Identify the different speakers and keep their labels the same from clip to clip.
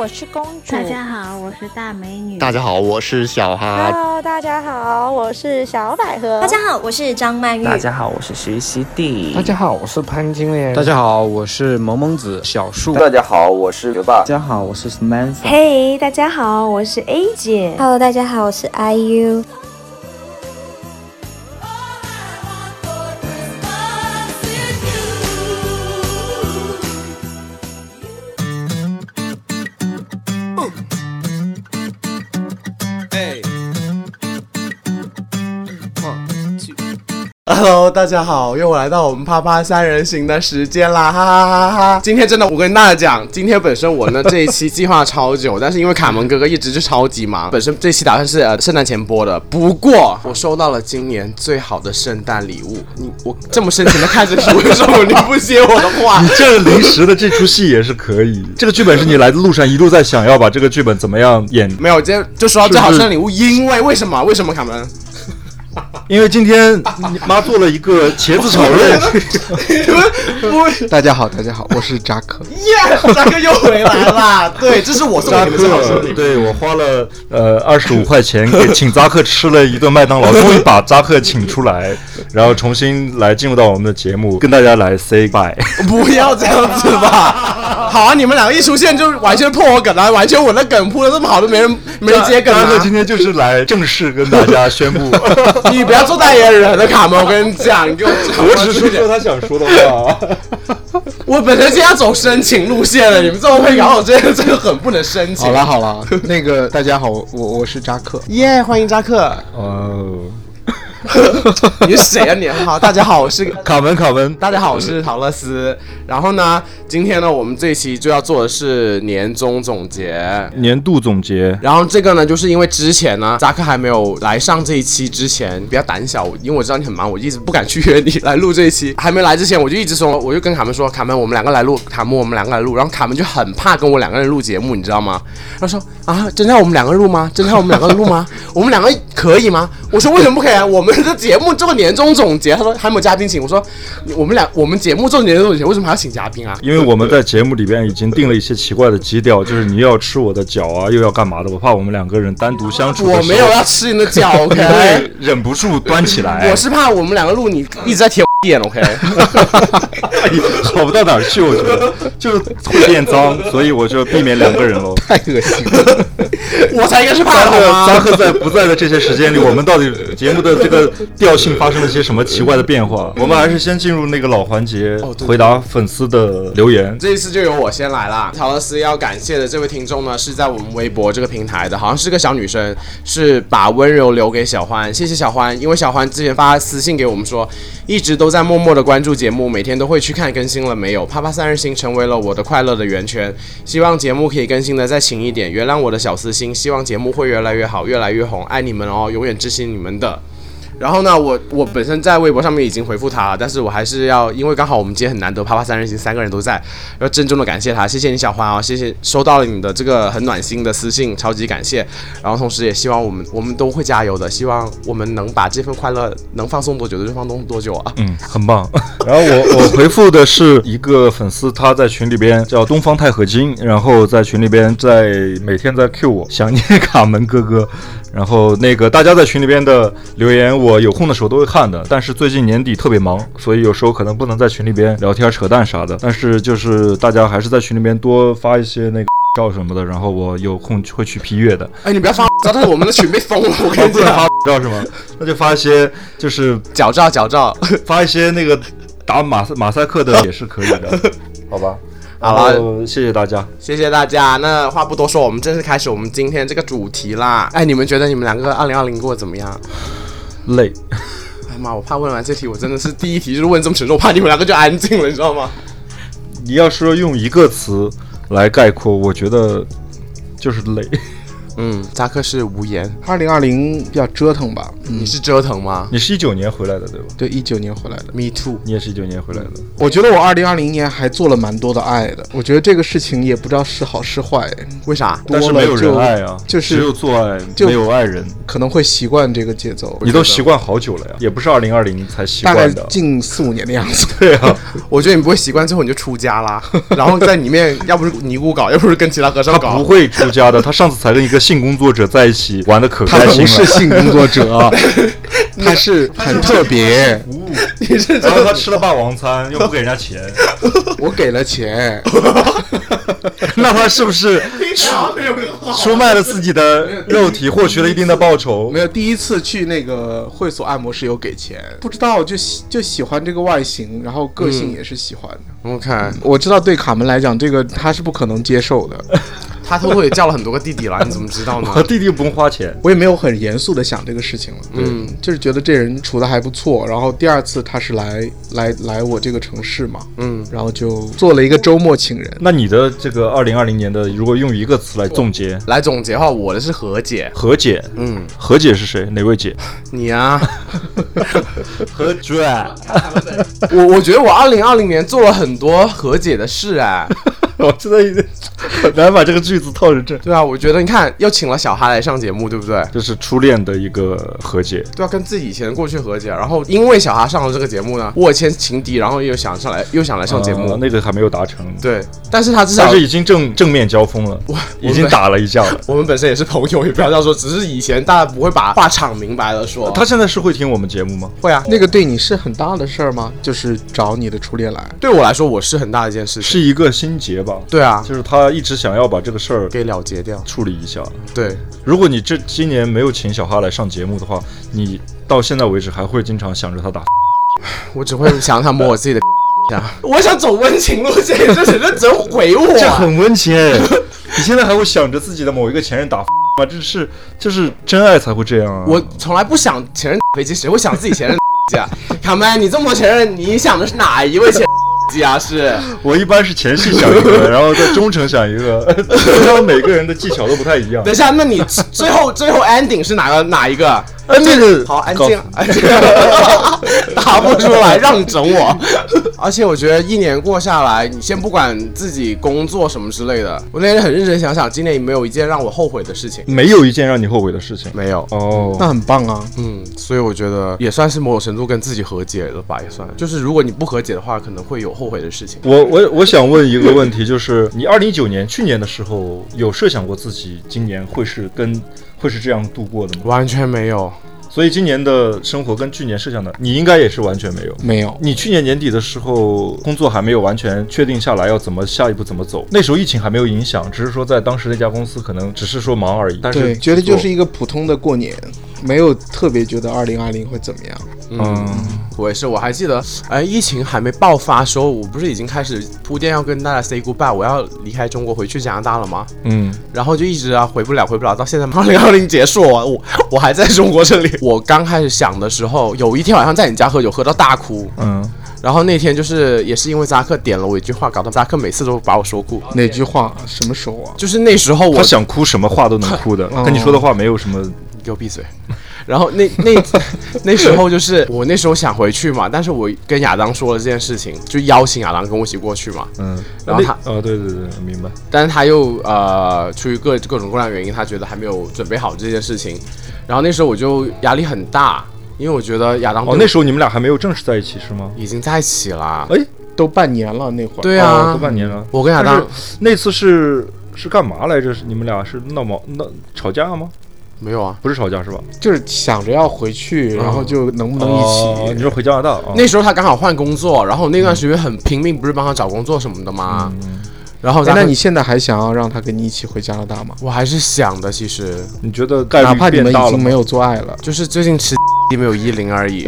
Speaker 1: 我是公主。
Speaker 2: 大
Speaker 3: 嗯
Speaker 2: 家好，我是大美女。
Speaker 4: 大家好，我是小 哈。
Speaker 5: Hello，大家好，我是小百合。
Speaker 6: 大家好，我是张
Speaker 2: 嗯
Speaker 6: 曼玉。
Speaker 7: 大家好，我是徐熙娣。
Speaker 8: 大家好，我是潘金莲。
Speaker 9: 大家好，我是萌萌子小树。
Speaker 10: 大家好，我是学霸。
Speaker 11: 大家好，我是 Samantha。
Speaker 12: 嘿、hey,，大家好，我是 A 姐。
Speaker 3: Hello，大家好，我是 IU。
Speaker 13: Hello，大家好，又来到我们啪啪三人行的时间啦，哈哈哈哈！今天真的，我跟大家讲，今天本身我呢这一期计划超久，但是因为卡门哥哥一直就超级忙，本身这期打算是呃圣诞前播的，不过我收到了今年最好的圣诞礼物，你我这么深情的看着你，为什么你不接我的 话？
Speaker 14: 你这临时的这出戏也是可以，这个剧本是你来的路上一路在想要把这个剧本怎么样演？
Speaker 13: 没有，今天就说到最好圣诞礼物，因为为什么？为什么卡门？
Speaker 14: 因为今天你妈做了一个 茄子炒
Speaker 13: 肉。
Speaker 9: 大家好，大家好，我是扎克。
Speaker 13: 耶，扎克又回来了。对，这是我扎
Speaker 9: 呃
Speaker 13: 克。
Speaker 14: 对我花了呃二十五块钱给请扎克吃了一顿麦当劳，终于把扎克请出来，然后重新来进入到我们的节目，跟大家来 say bye。
Speaker 13: 不要这样子吧。好啊，你们两个一出现就完全破我梗了，完全我的梗铺的这么好都没人没人接梗了、啊。
Speaker 14: 扎克今天就是来正式跟大家宣 布。
Speaker 13: 你不要做代言人了，卡门，我跟你讲，你给我
Speaker 14: 我只是说他想说的啊
Speaker 13: 话。我本身就要走深情路线了，你们这么会搞我，真的真的很不能深情。
Speaker 9: 好了好了，那个大家好，我我是扎克，
Speaker 13: 耶、yeah,，欢迎扎克。
Speaker 14: 哦、
Speaker 13: oh. 你是谁啊你？好，大家好，我是
Speaker 14: 卡门卡门，
Speaker 13: 大家好，我是陶乐斯。然后呢，今天呢，我们这一期就要做的是年终总结、
Speaker 14: 年度总结。
Speaker 13: 然后这个呢，就是因为之前呢，扎克还没有来上这一期之前，比较胆小，因为我知道你很忙，我一直不敢去约你来录这一期。还没来之前，我就一直说，我就跟卡门说，卡门，我们两个来录，卡门，我们两个来录。然后卡门就很怕跟我两个人录节目，你知道吗？他说啊，真让我们两个录吗？真让我们两个录吗？我们两个可以吗？我说为什么不可以啊？我们的节目做年终总结，他说还没有嘉宾请。我说我们俩我们节目做年终总结，为什么还要？请嘉宾啊，
Speaker 14: 因为我们在节目里边已经定了一些奇怪的基调，就是你要吃我的脚啊，又要干嘛的？我怕我们两个人单独相处，
Speaker 13: 我没有要吃你的脚，OK？
Speaker 14: 忍不住端起来。
Speaker 9: 哎
Speaker 13: 我 是怕我们两个录你一直在舔点，OK？
Speaker 14: 好不到哪儿去，我觉得就是会变脏，所以我就避免两个 人喽。
Speaker 9: 太恶心了，
Speaker 13: 我才应该是怕的
Speaker 14: 扎克在不在的这些时间里，我们到底节目的这个调性发生了些什么奇怪的变化？
Speaker 13: 嗯
Speaker 14: 我们还是先进入那个老环节，哦、回答粉。丝的留言，
Speaker 13: 这一次就由我先来啦。陶乐斯要感谢的这位听众呢，是在我们微博这个平台的，好像是个小女生，是把温柔留给小欢，谢谢小欢，因为小欢之前发私信给我们说，一直都在默默的关注节目，每天都会去看更新了没有，啪啪三人行成为了我的快乐的源泉，希望节目可以更新的再勤一点，原谅我的小私心，希望节目会越来越好，越来越红，爱你们哦，永远支持你们的。然后呢，我我本身在微博上面已经回复他了，但是我还是要，因为刚好我们今天很难得，啪啪三人行三个人都在，要郑重的感谢他，谢谢你小欢啊、哦，谢谢收到了你的这个很暖心的私信，超级感谢。然后同时也希望我们我们都会加油的，希望我们能把这份快乐能放松多久就放松多久啊。
Speaker 14: 嗯，很棒。 然后我我回复的是一个粉丝，他在群里边叫东方钛合金，然后在群里边在每天在 Q 我，想念卡门哥哥。然后那个大家在群里边的留言，我有空的时候都会看的。但是最近年底特别忙，所以有时候可能不能在群里边聊天扯淡啥的。但是就是大家还是在群里边多发一些那个照什么的，然后我有空会去批阅的。
Speaker 13: 哎，你不要发，但是我们的群被封了，我跟你
Speaker 14: 不能发照是吗？那就发一些就是
Speaker 13: 脚照脚照，
Speaker 14: 发一些那个打马赛马赛克的也是可以 的，好吧？
Speaker 13: 好
Speaker 9: 呃
Speaker 13: 了，
Speaker 14: 谢谢大家，
Speaker 13: 谢谢大家。那话不多说，我们正式开始我们今天这个主题啦。哎，你们觉得你们两个二零二零过得怎么样？
Speaker 14: 累。
Speaker 13: 哎妈，我怕问完这题，我真的是第一题就是问这么沉重，我怕你们两个就安静了，你知道吗？
Speaker 14: 你要说用一个词来概括，我觉得就是累。
Speaker 13: 嗯，扎克是无言。
Speaker 9: 二零二零比较折腾吧，
Speaker 13: 你是折腾吗
Speaker 14: 你是一九年回来的对吧？
Speaker 9: 对，一九年回来的。
Speaker 13: ？Me too。
Speaker 14: 你也是一九年回来的，
Speaker 9: 我觉得我二零二零年还做了蛮多的爱的，我觉得这个事情也不知道是好是坏，
Speaker 13: 为啥？
Speaker 9: 多
Speaker 14: 但是
Speaker 9: 了
Speaker 14: 没有人
Speaker 9: 就
Speaker 14: 爱啊，
Speaker 9: 就是
Speaker 14: 只有做爱，
Speaker 9: 就
Speaker 14: 没有爱人。
Speaker 9: 可能会习惯这个节奏。
Speaker 14: 你都习惯好久了呀，也不是二零二零才习
Speaker 9: 大概
Speaker 14: 惯的。
Speaker 9: 近四五年的样子。
Speaker 14: 对啊，
Speaker 13: 我觉得你不会习惯，最后你就出家啦，然后在里面，要不是尼姑搞，要不是跟其他和
Speaker 14: 他
Speaker 13: 尚
Speaker 14: 不
Speaker 13: 搞。
Speaker 14: 会出家 的，他上次才跟一个性工作者在一起玩的可
Speaker 9: 他
Speaker 14: 开
Speaker 9: 不
Speaker 14: 心
Speaker 9: 是
Speaker 14: 了。
Speaker 9: 性工作者啊，他是很特别。
Speaker 14: 然后他吃了霸王餐，又不给人家钱，
Speaker 9: 我给了钱，
Speaker 14: 那他是不是出卖了自己的肉体，获取了一定的报酬
Speaker 9: 没？有第一次去那个会所按摩是有给钱，不知道就喜就喜欢这个外形，然后个性也是喜欢
Speaker 14: 嗯
Speaker 9: 的。
Speaker 13: OK，
Speaker 9: 我知道对卡门来讲，这个他是不可能接受的。
Speaker 13: 他偷偷也叫了很多个弟弟了，你怎么知道呢？
Speaker 14: 我弟弟不用花钱，
Speaker 9: 我也没有很严肃的想这个事情了，对，
Speaker 14: 嗯
Speaker 13: 嗯
Speaker 9: 就是觉得这人处的还不错。然后第二次他是来来来我这个城市嘛，
Speaker 13: 嗯，
Speaker 9: 然后就做了一个周末情人。
Speaker 14: 那你的这个二零二零年的，如果用一个词来总结，
Speaker 13: 来总结的话，我的是和解，
Speaker 14: 和解，
Speaker 13: 嗯，
Speaker 14: 和解是谁？哪位姐？
Speaker 13: 你啊，
Speaker 14: 和解，
Speaker 13: 我我觉得我二零二零年做了很多和解的事哎，
Speaker 14: 我真的已经很难把这个句子套成这，
Speaker 13: 对啊，我觉得你看又请了小哈来上节目，对不对？
Speaker 14: 这是初恋的一个和解。
Speaker 13: 对啊，跟自己以前的过去和解，啊然后因为小哈上了这个节目呢，我以前情敌，然后又想上来，又想来上节目，
Speaker 14: 呃那个还没有达成，，
Speaker 13: 对，但是他至少
Speaker 14: 但是已经正正面交锋了，已经打了一架了。
Speaker 13: 我们本身也是朋友，也不要这样说，只是以前大家不会把话场明白了说。
Speaker 14: 他现在是会听我们节目吗？
Speaker 13: 会啊，
Speaker 9: 那个对你是很大的事儿吗？就是找你的初恋来，
Speaker 13: 对我来说我是很大的一件事情。
Speaker 14: 是一个心结吧，
Speaker 13: 对啊，
Speaker 14: 就是他一直想要把这个事儿
Speaker 13: 给了结掉。
Speaker 14: 处理一下。
Speaker 13: 对，
Speaker 14: 如果你这今年没有请小哈来上节目的话，你到现在为止还会经常想着他打。
Speaker 13: 我只会想他摸我自己的 啊。我想走温情路线，这只能只能回我。 啊
Speaker 14: 这很温情哎！ 你现在还会想着自己的某一个前任打 吗？这是就是真爱才会这样啊！
Speaker 13: 我从来不想前任 飞机，谁会想自己前任 机啊？卡门，你这么多前任，你想的是哪一位前任 机啊？是
Speaker 14: 我一般是前戏想一个，然后再中程想一个， 然后每个人的技巧都不太一样
Speaker 13: 等。一下，那 你最后最后 ending 是哪个哪一呃个？
Speaker 14: 哎，那个
Speaker 13: 好安
Speaker 14: 搞
Speaker 13: 静，啊安静， 答不出来，让你整我。 而且我觉得一年过下来，你先不管自己工作什么之类的，我那天很认真想想，今年也没有一件让我后悔的事情，
Speaker 14: 没有一件让你后悔的事情。
Speaker 13: 没有。
Speaker 14: 哦，
Speaker 9: 那很棒啊！
Speaker 13: 嗯，所以我觉得也算是某种程度跟自己和解了吧，也算。就是如果你不和解的话，可能会有后悔的事情。
Speaker 14: 我我我想问一个问题，就是你二零一九年去年的时候，有设想过自己今年会是跟会是这样度过的吗？
Speaker 13: 完全没有，
Speaker 14: 所以今年的生活跟去年设想的，你应该也是完全没有。
Speaker 9: 没有，
Speaker 14: 你去年年底的时候，工作还没有完全确定下来，要怎么下一步怎么走？那时候疫情还没有影响，只是说在当时那家公司可能只是说忙而已。但是
Speaker 9: 对，觉得就是
Speaker 14: 做
Speaker 9: 一个普通的过年，没有特别觉得二零二零会怎么样。
Speaker 14: 嗯，
Speaker 13: 我也是，我还记得，哎，疫情还没爆发的时候，我不是已经开始铺垫要跟大家 say goodbye，我要离开中国回去加拿大了吗？
Speaker 14: 嗯，
Speaker 13: 然后就一直啊回不了，回不了，到现在二 零二零结束，我我我还在中国这里。 我刚开始想的时候，有一天晚上在你家喝酒，喝到大哭。
Speaker 14: 嗯，
Speaker 13: 然后那天就是也是因为扎克点了我一句话，搞到扎克每次都把我说哭。
Speaker 14: 哦
Speaker 9: 哪句话？什么时候啊？
Speaker 13: 就是那时候我
Speaker 14: 他想哭什么话都能哭的，跟你说的话没有什么。
Speaker 13: 你给我闭嘴。然后那 那那时候就是我那时候想回去嘛，但是我跟亚当说了这件事情，就邀请亚当跟我一起过去嘛。
Speaker 14: 嗯，
Speaker 13: 然后他
Speaker 14: 那哦，对对对，明白。
Speaker 13: 但是他又呃，出于各各种各样的原因，他觉得还没有准备好这件事情。然后那时候我就压力很大，因为我觉得亚当
Speaker 14: 哦，那时候你们俩还没有正式在一起是吗？
Speaker 13: 候已经在一起了。
Speaker 14: 哎
Speaker 9: 都半年了那会儿。
Speaker 13: 对
Speaker 14: 哦
Speaker 13: 啊，
Speaker 14: 都半年了。
Speaker 13: 我跟亚当
Speaker 14: 但是那次是是干嘛来着？是你们俩是闹矛闹吵架吗？
Speaker 13: 没有啊。
Speaker 14: 不是吵架是吧？
Speaker 9: 就是想着要回去，然后就能不能一
Speaker 14: 嗯哦你
Speaker 9: 起？
Speaker 14: 说回加拿大啊？
Speaker 13: 那时候他刚好换工作，然后那段时间很拼命，不是帮他找工作什么的吗？
Speaker 14: 嗯
Speaker 13: 然后
Speaker 9: 哎
Speaker 13: 咱
Speaker 9: 那
Speaker 13: 们
Speaker 9: 你现在还想要让他跟你一起回加拿大吗？
Speaker 13: 我还是想的，其实
Speaker 14: 你觉得概
Speaker 9: 哪
Speaker 14: 率
Speaker 9: 怕你
Speaker 14: 变
Speaker 9: 们
Speaker 14: 大
Speaker 9: 已
Speaker 14: 了
Speaker 9: 经
Speaker 14: 吗？
Speaker 9: 没有做爱了，
Speaker 13: 就是最近吃 没有一零而已。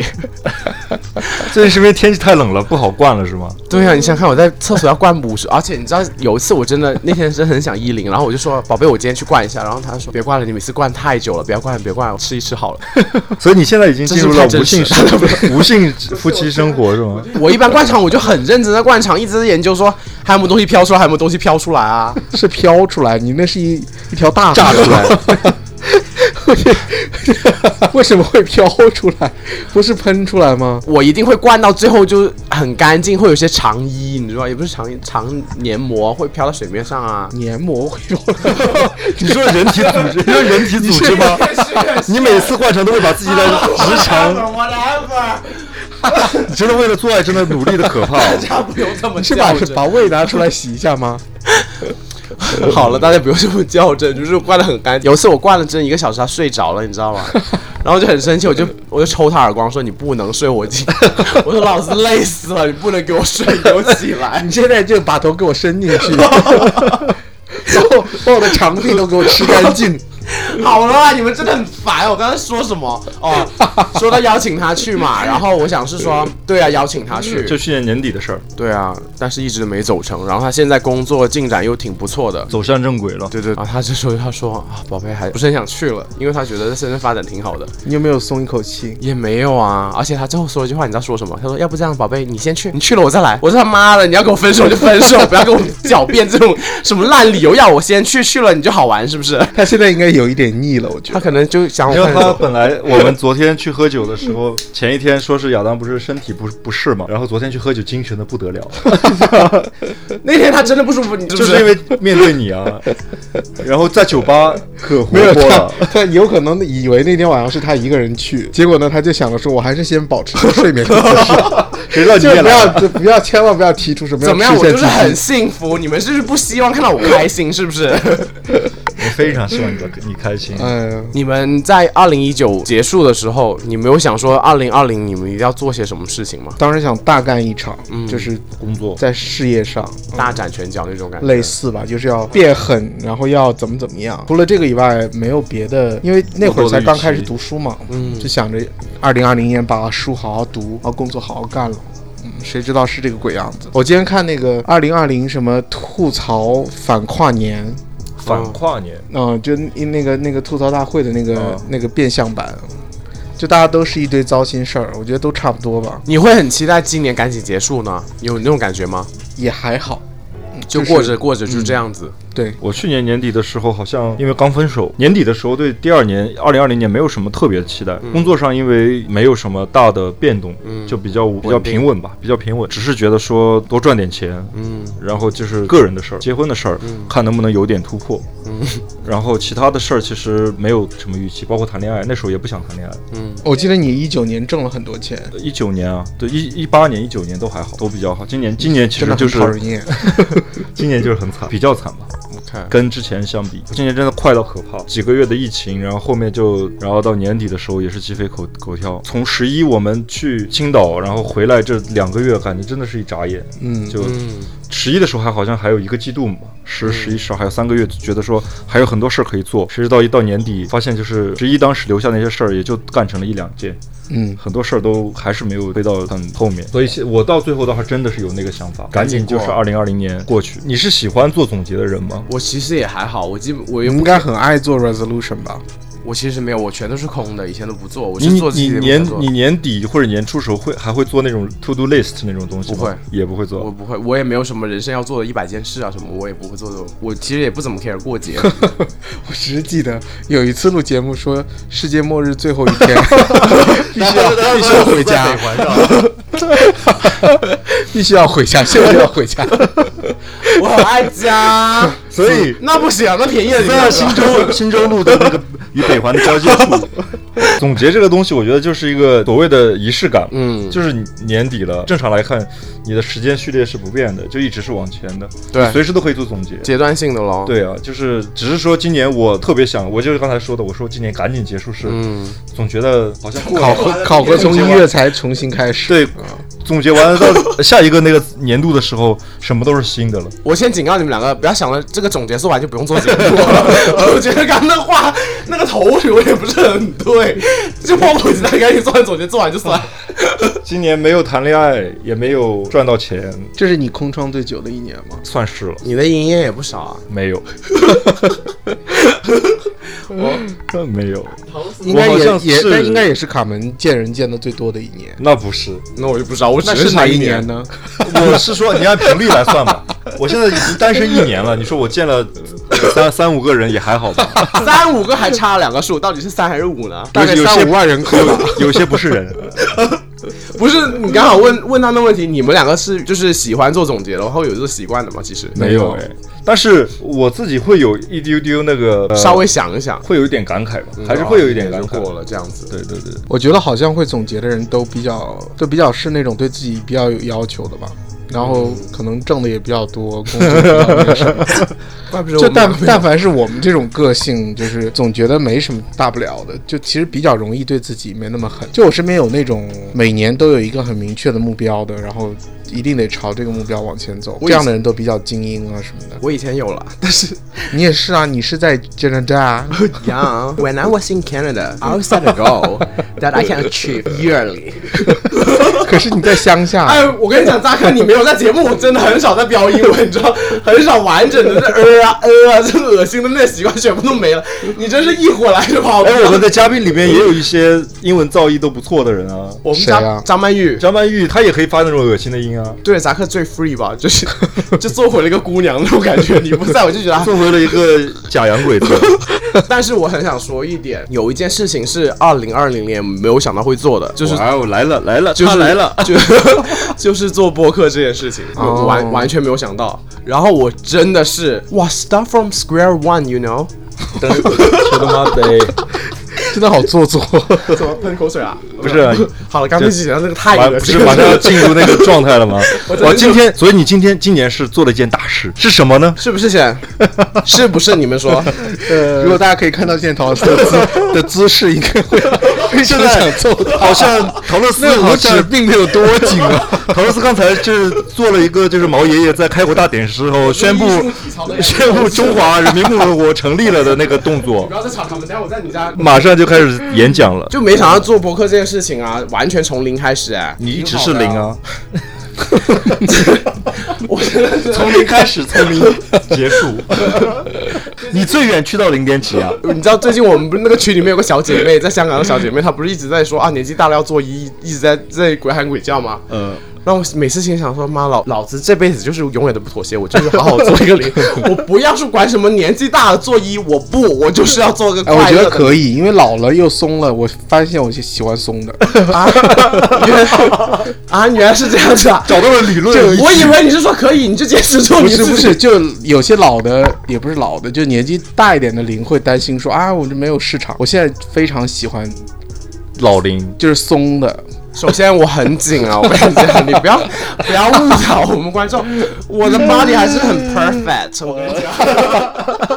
Speaker 14: 最近是因为天气太冷了，不好灌了是吗？
Speaker 13: 对啊，你想想看我在厕所要灌五十，而且你知道有一次我真的那天真的很想一零，然后我就说宝贝，我今天去灌一下，然后他说别灌了，你每次灌太久了，不要灌了，别灌了，我吃一吃好了。
Speaker 14: 所以你现在已经进入了无性
Speaker 13: 这是太真
Speaker 14: 生无性夫妻生活是吗？
Speaker 13: 我一般灌肠我就很认真的灌肠，一直在研究说还有没有东西飘出来，还有没有东西飘出来啊。
Speaker 9: 是飘出来，你那是一一条大河。 为什么会飘出来？不是喷出来吗？
Speaker 13: 我一定会灌到最后就很干净，会有一些长衣，你知道吧，也不是长衣长黏膜会飘到水面上啊。
Speaker 9: 黏膜会飘，
Speaker 14: 你说人体 组织，你说人体组织吗？你每次换成都会把自己的直 肠，你 真的为了做爱真的努力的可怕。哦
Speaker 13: 家不用这么
Speaker 9: 是把把胃拿出来洗一下吗？
Speaker 13: 好了，大家不用这么较真，就是灌的很干净。有一次我灌了针一个小时，他睡着了，你知道 吗？然后就很生气，我就我就抽他耳光，说你不能睡我起， 我说老子累死了，你不能给我睡，给我起 来。
Speaker 9: 你现在就把头给我伸进去，然后把我的肠壁都给我吃干净。
Speaker 13: 好了啊，你们真的很烦。我刚才说什么？哦，说到邀请他去 嘛，然后我想是说，对啊，邀请他去，
Speaker 14: 就去年年底的事儿，
Speaker 13: 对啊，但是一直没走成。然后他现在工作进展又挺不错的，
Speaker 14: 走上正轨了。
Speaker 13: 对对。然后他这时候他说啊，宝贝还不是很想去了，因为他觉得在深圳发展挺好的。
Speaker 9: 你有没有松一口气？
Speaker 13: 也没有啊，而且他最后说一句话，你知道说什么？他说要不这样，宝贝，你先去，你去了我再来。我说他妈的，你要跟我分手就分手，不要跟我狡辩这种什么烂理由，要我先去，去了你就好玩是不是？
Speaker 9: 他现在应该有一点腻了，我觉
Speaker 13: 他
Speaker 9: 得。
Speaker 13: 可能就想
Speaker 14: 因
Speaker 13: 我
Speaker 14: 为
Speaker 13: 分
Speaker 14: 他
Speaker 13: 手。
Speaker 14: 本来我们昨天去喝酒的时候，前一天说是亚当不是身体不不适嘛，然后昨天去喝酒精神的不得了，
Speaker 13: 那天他真的不舒服，你知不
Speaker 14: 就是是因为面对你啊，然后在酒吧可活
Speaker 9: 没有
Speaker 14: 泼
Speaker 9: 他
Speaker 14: 了，，
Speaker 9: 他有可能以为那天晚上是他一个人去，结果呢，他就想着说，我还是先保持睡眠姿 势，
Speaker 14: 谁让你
Speaker 9: 就
Speaker 14: 也
Speaker 9: 不
Speaker 14: 来
Speaker 9: 要
Speaker 14: 了？
Speaker 9: 就不要千万不要提出什么
Speaker 13: 怎么样？
Speaker 9: 曲
Speaker 13: 我
Speaker 9: 线
Speaker 13: 就是
Speaker 9: 之
Speaker 13: 很
Speaker 9: 间
Speaker 13: 幸福，你们就是不希望看到我开心，是不是？
Speaker 14: 我非常希望你的你开心。
Speaker 9: 哎呀，
Speaker 13: 你们在二零一九结束的时候，你没有想说二零二零你们一定要做些什么事情吗？
Speaker 9: 当时想大干一场，
Speaker 13: 嗯
Speaker 9: 就是
Speaker 14: 工作
Speaker 9: 在事业上。
Speaker 13: 大展拳脚那种感觉，
Speaker 9: 类似吧，就是要变狠，然后要怎么怎么样。除了这个以外，没有别的，因为那会儿才刚开始读书嘛，
Speaker 13: 嗯
Speaker 9: 就想着二零二零年把书好好读，然后工作好好干了。嗯，谁知道是这个鬼样子？我今天看那个二零二零什么吐槽反跨年，
Speaker 14: 反跨年，
Speaker 9: 嗯、就那那个那个吐槽大会的那个、
Speaker 14: 嗯
Speaker 9: 那个变相版，就大家都是一堆糟心事儿，我觉得都差不多吧，
Speaker 13: 你会很期待今年赶紧结束呢？有那种感觉吗？
Speaker 9: 也还好。
Speaker 13: 嗯就
Speaker 9: 就是
Speaker 13: 过着过着就这样子，
Speaker 9: 对，
Speaker 14: 我去年年底的时候，好像因为刚分手，年底的时候对第二年二零二零年没有什么特别的期待。工作上因为没有什么大的变动，就比较比较平稳吧，比较平稳。只是觉得说多赚点钱，
Speaker 13: 嗯
Speaker 14: 然后就是个人的事儿，结婚的事儿，看能不能有点突破。
Speaker 13: 嗯
Speaker 14: 然后其他的事儿其实没有什么预期，包括谈恋爱，那时候也不想谈恋爱。
Speaker 13: 嗯，
Speaker 9: 我记得你一九年挣了很多钱，
Speaker 14: 一九年啊，对一一八年、一九年都还好，都比较好。今年今年其
Speaker 9: 真
Speaker 14: 实
Speaker 9: 的
Speaker 14: 就
Speaker 9: 很
Speaker 14: 是
Speaker 9: 讨人 厌。
Speaker 14: 今年就是很惨，比较惨吧。
Speaker 13: OK
Speaker 14: 跟之前相比，今年真的快到可怕。几个月的疫情，然后后面就，然后到年底的时候也是鸡飞狗狗跳。从十一我们去青岛，然后回来这两个月，感觉真的是一眨眼。
Speaker 9: 嗯嗯
Speaker 14: 就
Speaker 13: 嗯
Speaker 14: 十一的时候还好像还有一个季度嘛，十、十一、十二还有三个月，觉得说还有很多事儿可以做。谁知道一到年底，发现就是十一当时留下那些事儿，也就干成了一两件。
Speaker 9: 嗯，
Speaker 14: 很多事儿都还是没有推到很后面，所以现我到最后倒还真的是有那个想法，赶紧就是二零二零年过去。你是喜欢做总结的人吗？
Speaker 13: 我其实也还好，我基本我也
Speaker 9: 你应该很爱做 resolution 吧？
Speaker 13: 我其实没有，我全都是空的，以前都不做，我
Speaker 14: 你
Speaker 13: 是做自
Speaker 14: 你
Speaker 13: 己的
Speaker 14: 年
Speaker 13: 工作
Speaker 14: 你年底或者年初时候会还会做那种 to do list 那种东西吗？
Speaker 13: 不会
Speaker 14: 也不会
Speaker 13: 我
Speaker 14: 做。
Speaker 13: 不会，我也没有什么人生要做的一百件事啊什么，我也不会做的。我其实也不怎么 care 过 节，
Speaker 9: 我只是记得有一次录节目说世界末日最后一 天，必须要必须要回家，必须要回 家，现在就要回家。
Speaker 13: 我很爱 家，
Speaker 14: 所以
Speaker 13: 那不行，那便宜了你
Speaker 14: 在
Speaker 13: 们
Speaker 14: 新
Speaker 13: 了。
Speaker 14: 洲新洲路的那个与北环的交界处。总结这个东西，我觉得就是一个所谓的仪式感，
Speaker 13: 嗯
Speaker 14: 就是你年底了。正常来看，你的时间序列是不变的，就一直是往前的，
Speaker 13: 对
Speaker 14: 随时都可以做总结。
Speaker 13: 阶段性的咯。，
Speaker 14: 对啊，就是只是说今年我特别想，我就是刚才说的，我说今年赶紧结束式，
Speaker 13: 嗯，
Speaker 14: 总觉得好像过
Speaker 9: 考核 考核从一月才重新开始。
Speaker 14: 对，总结完了到下一个那个年度的时候，什么都是新的了。
Speaker 13: 我先警告你们两个，不要想了，这个总结做完就不用做节目了。我觉得刚刚那话那个头绪我也不是很对，就迫不及待赶紧做完总结，做完就算。
Speaker 14: 今年没有谈恋爱，也没有赚到钱，
Speaker 9: 这是你空窗最久的一年吗？
Speaker 14: 算是了，
Speaker 13: 你的营业也不少啊，
Speaker 14: 没有。我没有，
Speaker 9: 应该
Speaker 14: 我好
Speaker 9: 也
Speaker 14: 像
Speaker 9: 也，
Speaker 14: 是
Speaker 9: 但应该也是卡门见人见的最多的一年。
Speaker 14: 那不是，
Speaker 13: 那我就不知道，我只
Speaker 9: 那是
Speaker 13: 哪
Speaker 9: 哪一年？呢？
Speaker 14: 我是说你按频率来算吧。我现在已经单身一年了，你说我见了三三五个人也还好吧？
Speaker 13: 三五个还差了两个数，到底是三还是五呢？
Speaker 9: 大概
Speaker 14: 有
Speaker 9: 三
Speaker 14: 些
Speaker 9: 五万人口吧。
Speaker 14: 有有些不是人，
Speaker 13: 不是你刚好问问他们问题，你们两个是就是喜欢做总结，然后有这个习惯的吗？其实
Speaker 14: 没有哎。但是我自己会有一丢丢那个、呃
Speaker 13: 稍微想一想，
Speaker 14: 会有一点感慨吧，还是会有一点感
Speaker 13: 就
Speaker 14: 慨。
Speaker 13: 过了这样子。
Speaker 14: 对对对，
Speaker 9: 我觉得好像会总结的人都比较都比较是那种对自己比较有要求的吧。然后可能挣的也比较 多，工作比较那个什么
Speaker 13: 怪不
Speaker 9: 就但但凡是我们这种个性，就是总觉得没什么大不了的，就其实比较容易对自己没那么狠。就我身边有那种每年都有一个很明确的目标的，然后一定得朝这个目标往前走，
Speaker 13: 我以
Speaker 9: 这样的人都比较精英啊什么的。
Speaker 13: 我以前有了，但是
Speaker 9: 你也是啊，你是在加拿大，
Speaker 13: Yeah, when I was in Canada, I set a goal that I can achieve yearly.
Speaker 9: 可是你在乡 下。
Speaker 13: 哎，我跟你讲，扎克，你没有在节目，我真的很少在标英文，你知道， 很少完整的这呃啊呃啊，这恶心的那习惯全部都没了。你真是一火来就跑。
Speaker 14: 哎，我们的嘉宾里面也有一些英文造诣都不错的人啊，
Speaker 13: 我们
Speaker 9: 谁
Speaker 13: 张、
Speaker 9: 啊
Speaker 13: 张曼玉，
Speaker 14: 张曼玉她也可以发那种恶心的音啊，
Speaker 13: 对扎克最 free 吧，就是 就做回了一个姑娘那种感觉。你不在我就觉得啊
Speaker 14: 做回了一个假洋鬼子。
Speaker 13: 但是我很想说一点，有一件事情是二零二零年没有想到会做的，就是
Speaker 14: 哇哦，来了来了，
Speaker 13: 就是
Speaker 14: 他来了。，
Speaker 13: 就 就是做播客这件事情，
Speaker 9: 哦
Speaker 13: 完完全没有想到。然后我真的是哇，start from square one，you know？
Speaker 14: 我的妈呗！
Speaker 9: 真的好做作。
Speaker 13: 怎么喷口水了？
Speaker 14: 不是啊
Speaker 13: 好了，刚才
Speaker 14: 就
Speaker 13: 讲的那个太
Speaker 14: 马
Speaker 13: 恶
Speaker 14: 不
Speaker 13: 心
Speaker 14: 是
Speaker 13: 了，
Speaker 14: 马上要进入那个状态 了吗？
Speaker 13: 真的
Speaker 14: 哇，今天，所以你今天今年是做了一件大事，是什么呢？
Speaker 13: 是不是先？是不是你们 说？呃
Speaker 9: 如果大家可以看到现在陶老师的姿的姿势，应该会非常想揍他。
Speaker 14: 好像陶乐斯
Speaker 9: 那
Speaker 14: 好
Speaker 9: 五指
Speaker 14: 像
Speaker 9: 并没有多紧啊。
Speaker 14: 陶乐斯刚才是做了一个，就是毛爷爷在开国大典时候宣布宣布中华人民共和国成立了的那个动作
Speaker 13: 不，要再吵他们，等下我在你家。
Speaker 14: 马上就开始演讲了。
Speaker 13: 就没想到做播客这件事情啊，完全从零开始哎。
Speaker 14: 你一直是零啊，
Speaker 13: 我真的是，
Speaker 14: 从零开始，从 零结束。你最远去到零点几啊？
Speaker 13: 你知道最近我们不是那个群里面有个小姐妹，在香港的小姐妹，她不是一直在说啊年纪大了要做医，一直在在鬼喊鬼叫吗？
Speaker 9: 呃
Speaker 14: 嗯，
Speaker 13: 让我每次心想说，妈老老子这辈子就是永远都不妥协，我就是好好做一个 零，我不要是管什么年纪大了做一，我不，我就是要做 个
Speaker 9: 哎，
Speaker 13: 快乐的。
Speaker 9: 我觉得可以，因为老了又松了。我发现我就喜欢松的，
Speaker 13: 啊，原来 啊原来是这样子啊，
Speaker 14: 找到了理论依据，
Speaker 13: 我以为你是说可以，你就坚持做
Speaker 9: 不
Speaker 13: 你
Speaker 9: 是
Speaker 13: 自己。
Speaker 9: 不是，就有些老的也不是老的，就年纪大一点的灵会担心说啊，我这没有市场。我现在非常喜欢
Speaker 14: 老零。
Speaker 9: 就是松的，
Speaker 13: 首先我很紧啊，我跟你讲，你不要不要误导我们观众，我的 body 还是很 perfect，我跟你讲。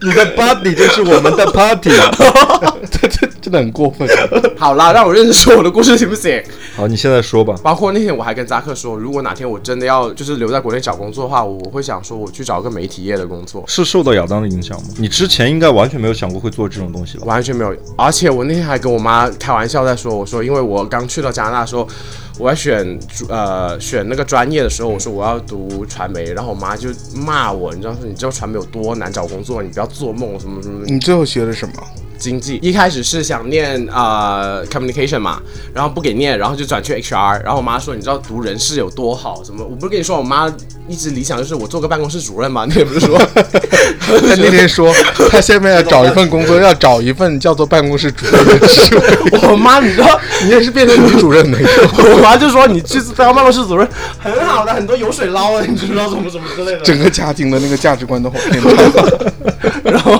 Speaker 14: 你的 body 就是我们的 party。啊
Speaker 9: 这这真的很过分。
Speaker 13: 好啦，让我认识说我的故事行不行？
Speaker 14: 好，你现在说吧。
Speaker 13: 包括那天我还跟扎克说，如果哪天我真的要就是留在国内找工作的话，我我会想说我去找个媒体业的工作。
Speaker 14: 是受到亚当的影响吗？你之前应该完全没有想过会做这种东西吧？
Speaker 13: 完全没有，而且我那天还跟我妈开玩笑在说，我说因为我刚去到加拿大的时候，我要选呃选那个专业的时候，我说我要读传媒，然后我妈就骂我，你知道说你知道传媒有多难找工作，你不要做梦什么什么
Speaker 9: 你最后学的什么？
Speaker 13: 经济。一开始是想念呃 communication 嘛，然后不给念，然后就转去 HR。然后我妈说，你知道读人事有多好？什么？我不是跟你说，我妈一直理想就是我做个办公室主任嘛？那 也不是说，
Speaker 9: 他那天说他现在要找一份工作，要找一份叫做办公室主任的职位。
Speaker 13: 我妈你知道，
Speaker 9: 你也是变成女主任没有？
Speaker 13: 我妈就说你去当办公室主任很好的，很多油水捞的，你知道什么什么之类的。
Speaker 9: 整个家庭的那个价值观都好偏差。
Speaker 13: 然后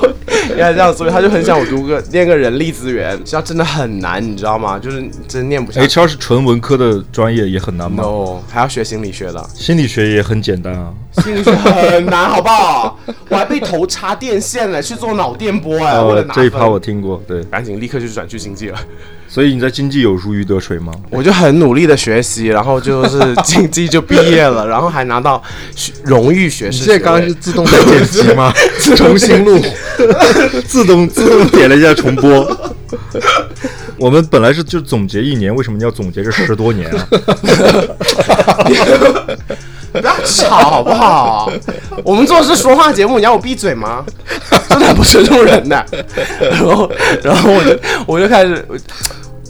Speaker 13: 原来这样，所以他就很想我读个念个人力资源，其实真的很难，你知道吗？就是真念不下去。
Speaker 14: HR 是纯文科的专业，也很难吗？
Speaker 13: no，还要学心理学的。
Speaker 14: 心理学也很简单啊。
Speaker 13: 心理学很难，好不好？ 我还被头插电线了，去做脑电波哎、为了拿
Speaker 14: 哦呃这一
Speaker 13: 分
Speaker 14: 趴我听过，对。
Speaker 13: 赶紧立刻就转去经济了。
Speaker 14: 所以你在经济有如鱼得水 吗？
Speaker 13: 我就很努力的学习，然后就是经济就毕业了，然后还拿到学荣誉学
Speaker 9: 你
Speaker 13: 士学
Speaker 9: 这
Speaker 13: 位。
Speaker 9: 刚刚是自动在剪辑吗？重 新录。
Speaker 14: 自动自动点了一下重播。我们本来是就总结一年，为什么要总结这十多年啊？
Speaker 13: 不要吵好不好？我们做的是说话节目，你要我闭嘴吗？ 真的不尊重人的。然后，然后我就我就开始。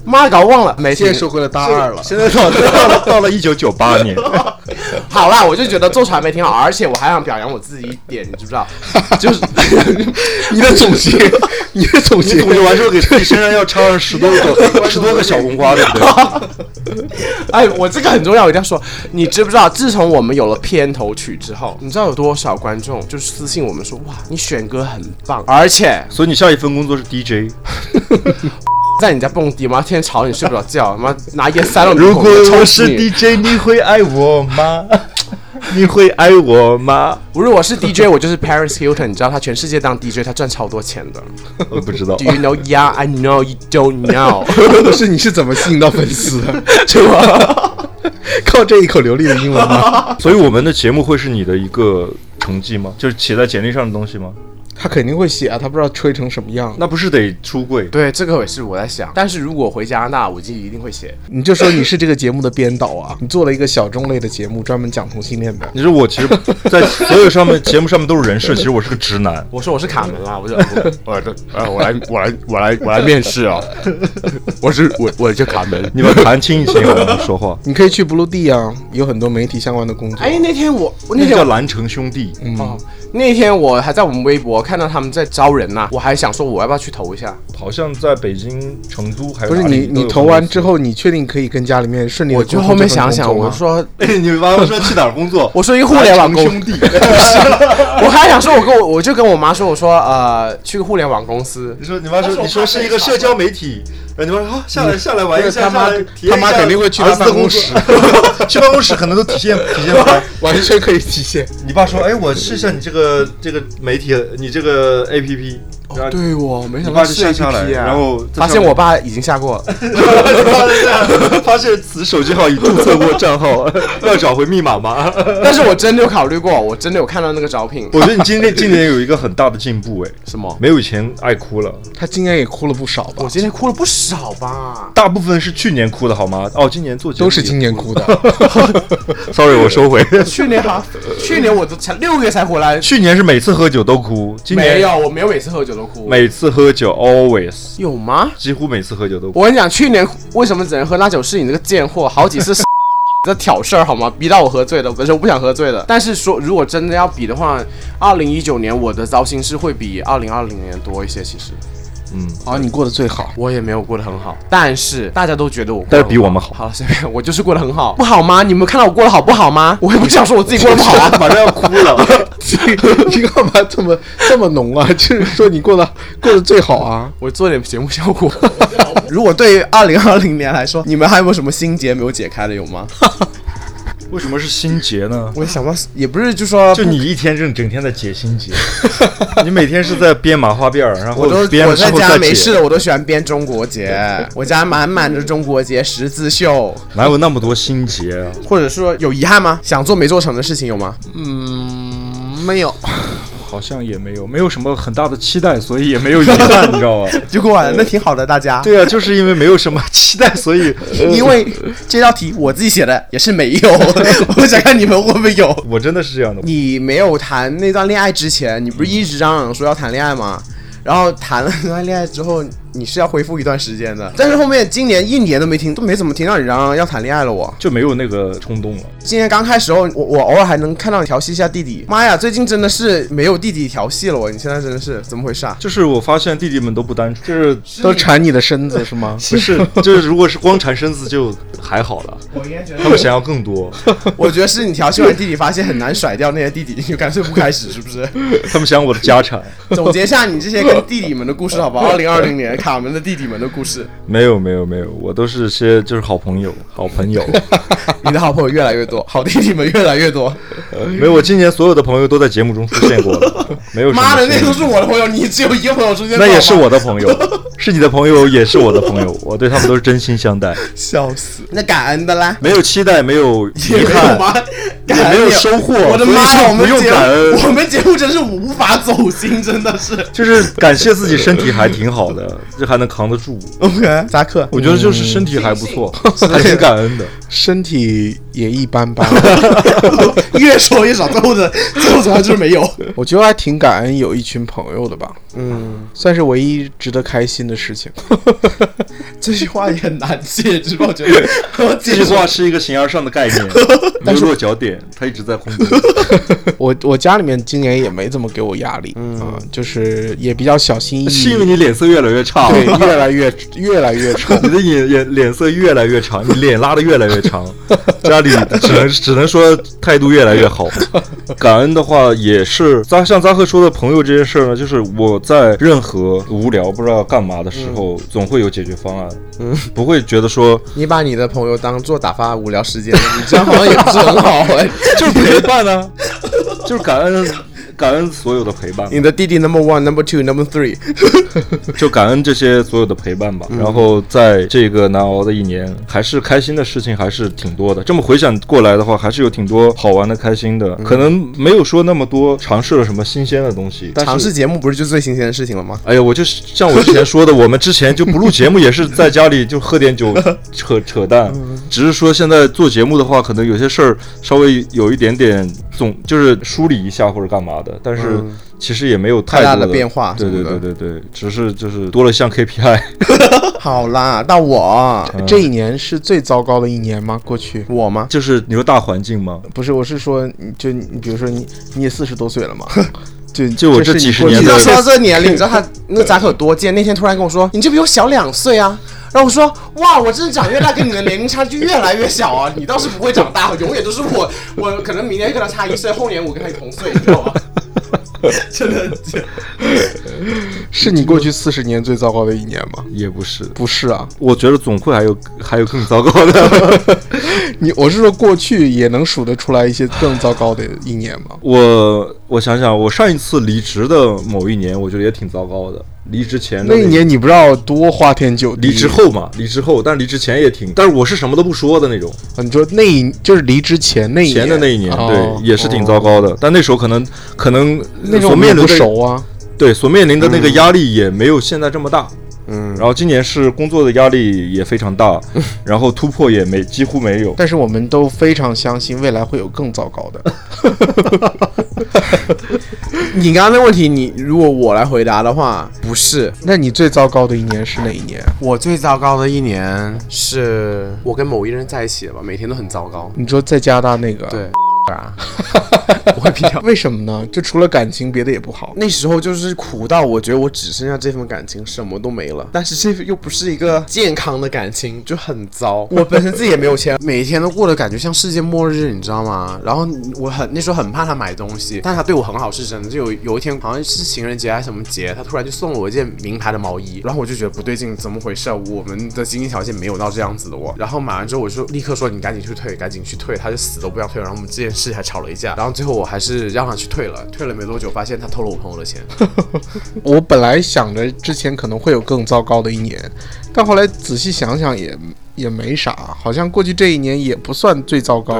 Speaker 13: 妈搞忘了，没
Speaker 9: 现在
Speaker 13: 听
Speaker 9: 说回了大二了，
Speaker 14: 现在到到了到了一九九八 年，
Speaker 13: 好啦，我就觉得做传媒挺好，而且我还想表扬我自己一点，你知不 知道？就是
Speaker 9: 你的总结，你的总
Speaker 14: 你
Speaker 9: 结
Speaker 14: 总结完之后给自己身上要插上十多 个十多个小红花，对不对？
Speaker 13: 哎，我这个很重要，我一定要说。你知不知道，自从我们有了片头曲之后，你知道有多少观众就是私信我们说，哇，你选歌很棒，而 且
Speaker 14: 所以你下一份工作是 DJ。
Speaker 13: 在你家蹦迪妈天天吵你睡不着觉，妈拿烟塞到你
Speaker 14: 如
Speaker 13: 头
Speaker 14: 果我
Speaker 13: 抽死
Speaker 14: 是
Speaker 13: 你。
Speaker 14: DJ，你会爱我吗？ 你会爱我吗？
Speaker 13: 如果我是 DJ，我就是 Paris Hilton，你知道他全世界当 DJ，他赚超多钱的。
Speaker 14: 我不 知道
Speaker 13: Do you know? Yeah, I know you don't know 。
Speaker 9: 不是你是怎么吸引到粉 丝的？
Speaker 13: 是吧？
Speaker 9: 靠这一口流利的英文吗？
Speaker 14: 所以我们的节目会是你的一个成绩吗？就是写在简历上的东西吗？
Speaker 9: 他肯定会写啊，他不知道吹成什么样。
Speaker 14: 那不是得出柜？
Speaker 13: 对，这个也是我在想。但是如果回加拿大，我就一定会写。
Speaker 9: 你就说你是这个节目的编导啊，你做了一个小众类的节目，专门讲同性恋的。
Speaker 14: 你说我其实，在所有上面节目上面都是人设，其实我是个直男。
Speaker 13: 我说我是卡门啦，我 就我呃 我来我来我来我来面试 啊，我是我我就卡门。
Speaker 14: 你们谈清一些，我们说 话。
Speaker 9: 你可以去 Blue D 啊，有很多媒体相关的工作。
Speaker 13: 哎，那天我我那
Speaker 14: 那
Speaker 13: 天
Speaker 14: 叫
Speaker 13: 我
Speaker 14: 蓝城兄弟，
Speaker 9: 嗯
Speaker 13: 哦，那天我还在我们微博看到他们在招人呐、我还想说我要不要去投一下？
Speaker 14: 好像在北京、成都还
Speaker 9: 不是你，你投完之，后，你确定可以跟家里面顺利地
Speaker 13: 我
Speaker 9: 沟通
Speaker 13: 就啊
Speaker 9: 这
Speaker 13: 后
Speaker 9: 份工作吗？
Speaker 13: 面想想，我说
Speaker 14: 哎你妈妈说去哪儿工作？
Speaker 13: 我说一个互联网公
Speaker 14: 蓝城兄弟，
Speaker 13: 我还想说，我跟我我就跟我妈说，我说呃去个互联网公司，
Speaker 14: 你说你妈说你说是一个社交媒体，然后你妈说好下来下来玩一下，
Speaker 9: 嗯他妈
Speaker 14: 下来体验一下
Speaker 9: 他妈肯定会去他
Speaker 14: 儿子的工作， 去办公室可能都体现体现不来。
Speaker 9: 完全可以体现。
Speaker 14: 你爸说，哎，我试一下你这个这个媒体，你这个 A P P。然后
Speaker 13: 对我没
Speaker 14: 你
Speaker 13: 想
Speaker 14: 爸
Speaker 13: 到
Speaker 14: 就是下
Speaker 13: A
Speaker 14: 下
Speaker 13: P
Speaker 14: 来，
Speaker 13: P 啊，
Speaker 14: 然后
Speaker 13: 发现我爸已经下过了。
Speaker 14: 发现此手机号已注册过账号， 要找回密码吗？
Speaker 13: 但是我真的有考虑过，我真的有看到那个招聘，
Speaker 14: 我觉得你今年今年有一个很大的进步，哎，
Speaker 13: 什么？
Speaker 14: 没有以前爱哭了。
Speaker 9: 他今年也哭了不少吧
Speaker 13: 我？今天哭了不少 吧？
Speaker 14: 大部分是去年哭的好吗？哦，今年做节目
Speaker 9: 都是今年
Speaker 14: 也
Speaker 9: 哭的。
Speaker 14: 哭。Sorry，我收回。
Speaker 13: 去年好，去年我都才六个月才回来，
Speaker 14: 去年是每次喝酒都哭，今年
Speaker 13: 没有，我没有每次喝酒都哭，
Speaker 14: 每次喝酒 always
Speaker 13: 有吗？
Speaker 14: 几乎每次喝酒都哭。
Speaker 13: 我跟你讲，去年为什么只能喝那酒？是你这个贱货，好几次 在挑事儿好吗？逼到我喝醉的，本身我不想喝醉的。但是说如果真的要比的话，二零一九年我的糟心事会比二零二零年多一些。其实
Speaker 14: 嗯，
Speaker 9: 啊，你过得最好。
Speaker 13: 我也没有过得很好，但是大家都觉得我过得
Speaker 14: 但是比我们
Speaker 13: 很
Speaker 14: 好
Speaker 13: 好。好了，随便，我就是过得很好，不好吗？你们看到我过得好不好吗？我也不 想说我自己过得不好啊。
Speaker 14: 马上要哭了。
Speaker 9: 你干嘛这么这么浓啊？ 就是说你过得过得最好啊。
Speaker 13: 我做点节目效 果。如果对于二零二零年来说，你们还有没有什么心结没有解开的有吗？
Speaker 14: 为什么是心结呢？
Speaker 13: 我想到也不是，就说
Speaker 14: 就你一天正整天在解心 结，你每天是在编麻花辫儿，然后
Speaker 13: 我都
Speaker 14: 编
Speaker 13: 我
Speaker 14: 了之
Speaker 13: 在
Speaker 14: 后
Speaker 13: 家
Speaker 14: 再
Speaker 13: 没事
Speaker 14: 解。
Speaker 13: 了，我都喜欢编中国结，我家满满的中国结十字绣，
Speaker 14: 哪有那么多心结啊？
Speaker 13: 或者说有遗憾吗？想做没做成的事情有吗？
Speaker 9: 嗯，没有。
Speaker 14: 好像也没有，没有什么很大的期待，所以也没有遗憾，你知道吗？
Speaker 13: 就过完了，那挺好的，大家。
Speaker 14: 对啊，就是因为没有什么期待，所 以
Speaker 13: 因为这道题我自己写的也是没 有，我想看你们会不会有。
Speaker 14: 我真的是这样的。
Speaker 13: 你没有谈那段恋爱之前，你不是一直嚷嚷说要谈恋爱吗？然后谈了那段恋爱之后，你是要恢复一段时间的。但是后面今年一年都没听，都没怎么听到你嚷嚷要谈恋爱了我。
Speaker 14: 就没有那个冲动了。
Speaker 13: 今天刚开始时候，我我偶尔还能看到你调戏一下弟弟。妈呀，最近真的是没有弟弟调戏了我，你现在真的是怎么回事啊？
Speaker 14: 就是我发现弟弟们都不单纯，就是
Speaker 9: 都缠你的身子是 吗？
Speaker 14: 不是，就是如果是光缠身子就还好了，他们想要更多，
Speaker 13: 我觉得是你调戏完弟弟，发现很难甩掉那些弟弟，你就干脆不开始，是不是？
Speaker 14: 他们想我的家产。
Speaker 13: 总结一下你这些跟弟弟们的故事，好不好？二零二零年卡门的弟弟们的故事，
Speaker 14: 没有没有没有，我都是些就是好朋友，好朋 友。
Speaker 13: 你的好朋友越来越多，好弟弟们越来越多。
Speaker 14: 没有，我今年所有的朋友都在节目中出现过 了，没有什么
Speaker 13: 妈的，
Speaker 14: 事
Speaker 13: 那都是我的朋友，你只有一个朋友出现过
Speaker 14: 那
Speaker 13: 好吗，
Speaker 14: 也是我的朋友，是你的朋友，也是我的朋友，我对他们都是真心相待，
Speaker 13: 笑死。那感恩的啦，
Speaker 14: 没有期待，没有遗
Speaker 13: 也没有
Speaker 14: 憾，
Speaker 13: 吗？感
Speaker 14: 也
Speaker 13: 恩
Speaker 14: 没有收获，
Speaker 13: 我的
Speaker 14: 所以
Speaker 13: 妈呀！
Speaker 14: 说
Speaker 13: 我们
Speaker 14: 不用
Speaker 13: 节
Speaker 14: 感恩
Speaker 13: 目，我们节目真是无法走心，真的是。
Speaker 14: 就是感谢自己身体还挺好 的，这还能扛得住。嗯
Speaker 13: OK，扎克，嗯
Speaker 14: 我觉得就是身体还不错，还挺感恩的。
Speaker 9: 身体也一般般。
Speaker 13: 越说越少，最后的最后好像就是没有。
Speaker 9: 我觉得还挺感恩有一群朋友的吧，
Speaker 13: 嗯，
Speaker 9: 算是唯一值得开心的事情。
Speaker 13: 这句话也很难解释吧？我觉 得我
Speaker 14: 这
Speaker 13: 解
Speaker 14: 句
Speaker 13: 释
Speaker 14: 话是一个形而上的概 念，没有落脚点，它一直在空中。
Speaker 9: 我我家里面今年也没怎么给我压力，嗯、就是也比较小心翼翼。
Speaker 14: 是因为你脸色越来越差，
Speaker 9: 对， 越来越越来越 丑。
Speaker 14: 你的眼眼脸色越来越长，你脸拉的越来越长，家里只能只能说态度越来越好。感恩的话也是，扎像扎克说的朋友这件事儿呢，就是我在任何无聊不知道干嘛的时
Speaker 9: 嗯
Speaker 14: 候，总会有解决方案，嗯，不会觉得说
Speaker 13: 你把你的朋友当做打发无聊时间，你这样好像也不是很好哎。
Speaker 14: 就是陪伴 啊，就是感恩感恩所有的陪伴嘛，啊
Speaker 13: 你的弟弟 number one, number two, number three，
Speaker 14: 就感恩这些所有的陪伴
Speaker 13: 嗯
Speaker 14: 吧。然后在这个难熬的一年，还是开心的事情还是挺多的。这么回想过来的话，还是有挺多好玩的、开心的。
Speaker 13: 嗯
Speaker 14: 可能没有说那么多尝试了什么新鲜的东西，但
Speaker 13: 尝
Speaker 14: 是
Speaker 13: 试。节目不是就最新鲜的事情了吗？
Speaker 14: 哎呀，我就是像我之前说的，我们之前就不录节目，也是在家里就喝点 酒，扯扯淡。只是说现在做节目的话，可能有些事儿稍微有一点点总就是梳理一下或者干嘛的，但是其实也没有
Speaker 13: 嗯
Speaker 14: 太
Speaker 13: 太大
Speaker 14: 多
Speaker 13: 的变化
Speaker 14: 对
Speaker 13: 什
Speaker 14: 对
Speaker 13: 么的
Speaker 14: 对对对，只是就是多了一项 KPI。
Speaker 13: 好啦，到我，
Speaker 9: 这一年是最糟糕的一年吗？过去
Speaker 13: 我吗？
Speaker 14: 就是你说大环境吗？
Speaker 9: 不是，我是说，你就你比如说你你也四十多岁了嘛，就
Speaker 14: 就 我这
Speaker 9: 是你
Speaker 14: 几十
Speaker 9: 过去
Speaker 14: 年
Speaker 13: 你
Speaker 14: 的
Speaker 13: 知道说到这个年龄， 你知道他那扎克有多贱？那天突然跟我说：“你这比我小两岁啊！”然后我说：“哇，我真的长越大，跟你的年龄差距越来越小啊！你倒是不会长大，永远都是我，我可能明年跟他差一岁，后年我跟他同岁，你知道吗？”真的很贱，
Speaker 9: 是你过去四十年最糟糕的一年吗？
Speaker 14: 也不是，
Speaker 9: 不是啊，
Speaker 14: 我觉得总会还有还有更糟糕的。
Speaker 9: 你我是说过去也能数得出来一些更糟糕的一年吗？
Speaker 14: 我我想想，我上一次离职的某一年，我觉得也挺糟糕的。离职前的
Speaker 9: 那一年你不知道多花天酒地，
Speaker 14: 离职后嘛，离职后，但离职前也挺，但是我是什么都不说的那种。
Speaker 9: 啊，你说那一就是离职前那一
Speaker 14: 前的那一年，
Speaker 9: 哦
Speaker 14: 对，也是挺糟糕的。但那时候可能可能
Speaker 9: 那时
Speaker 14: 所
Speaker 9: 候我们也
Speaker 14: 面临
Speaker 9: 不
Speaker 14: 的
Speaker 9: 熟嗯啊，
Speaker 14: 对所面临的那个压力也没有现在这么大。嗯，然后今年是工作的压力也非常 大，然后突破也没几乎没有。
Speaker 9: 但是我们都非常相信未来会有更糟糕 的。
Speaker 13: 你刚刚那问题，你如果我来回答的话，不是，
Speaker 9: 那你最糟糕的一年是哪一年啊？
Speaker 13: 我最糟糕的一年是我跟某一人在一起了吧，每天都很糟糕。
Speaker 9: 你说在加拿大那 个，
Speaker 13: 对， 啊，我会比较。
Speaker 9: 为什么呢？就除了感情，别的也不好。
Speaker 13: 那时候就是苦到我觉得我只剩下这份感情，什么都没了。但是这又不是一个健康的感情，就很糟。我本身自己也没有钱，每天都过得感觉像世界末日，你知道吗？然后我很那时候很怕他买东西，但他对我很好是真的。就有有一天好像是情人节还是什么节，他突然就送了我一件名牌的毛衣，然后我就觉得不对劲，怎么回事？我们的经济条件没有到这样子的我。然后买完之后我就立刻说你赶紧去退，赶紧去退，他就死都不让退。然后我们这件事还吵了一架，然后最后我还是让他去退了。退了没多久，发现他偷了我朋友的钱。
Speaker 9: 我本来想着之前可能会有更糟糕的一年，但后来仔细想想也也没啥，好像过去这一年也不算最糟糕，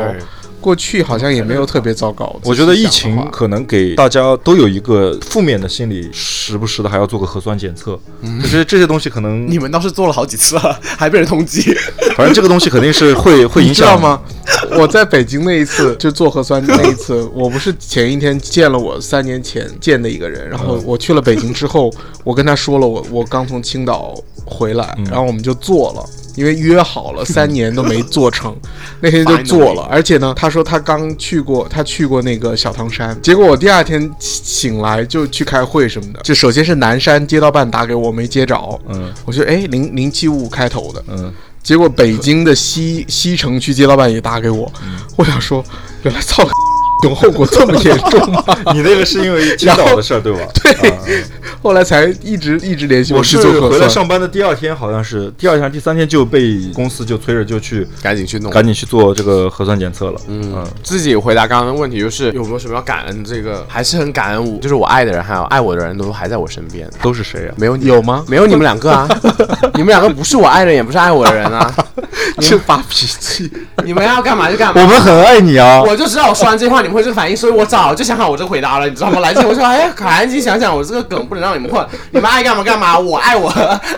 Speaker 9: 过去好像也没有特别糟糕。
Speaker 14: 我觉得疫
Speaker 9: 仔细想的
Speaker 14: 情
Speaker 9: 话
Speaker 14: 可能给大家都有一个负面的心理，时不时的还要做个核酸检测，就是这些东西可能，
Speaker 13: 你们倒是做了好几次了，还被人通缉。
Speaker 14: 反正这个东西肯定是会会
Speaker 9: 你
Speaker 14: 影
Speaker 9: 知道
Speaker 14: 响
Speaker 9: 吗？？ 我在北京那一次就做核酸那一次， 我不是前一天见了我三年前见的一个人，然后我去了北京之后，我跟他说了我我刚从青岛回来，然后我们就做了。因为约好 了三年都没做成， 那天就做 了。而且呢，他说他刚去过，他去过那个小汤山。结果我第二天醒醒来就去开会什么的。就首先是南山街道办打给我没接着，
Speaker 14: 嗯，
Speaker 9: 我说哎零零七五开头的，
Speaker 14: 嗯，
Speaker 9: 结果北京的西西城区街道办也打给我，
Speaker 14: 嗯
Speaker 9: 我想说，原来操， 有后果这么严重 吗？
Speaker 14: 你那个是因为青岛的事儿对吧？
Speaker 9: 对
Speaker 14: 啊
Speaker 9: 后来才一直一直联系
Speaker 14: 我
Speaker 9: 去
Speaker 14: 是
Speaker 9: 做核
Speaker 14: 回来
Speaker 9: 酸。
Speaker 14: 上班的第二天，好像是第二天、第三天就被公司就催着就去
Speaker 13: 赶紧去弄
Speaker 14: 赶紧去做这个核酸检测了。嗯，
Speaker 13: 自己回答刚刚的问题，就是有没有什么要感恩？这个还是很感恩我，就是我爱的人，还有爱我的人都还在我身边。
Speaker 14: 都是谁啊？
Speaker 13: 没有你
Speaker 9: 有吗
Speaker 13: 没有你们两个啊！你们两个不是我爱的人，也不是爱我的人啊！就发脾气。 你们要干嘛就干嘛。
Speaker 14: 我们很爱你啊！
Speaker 13: 我就知道我说完这句话你们会这个反应，所以我早就想好我这个回答了，你知 道吗？来之前我说，哎，赶紧想想我这个梗不能让你们混，你们爱干嘛干嘛，我爱我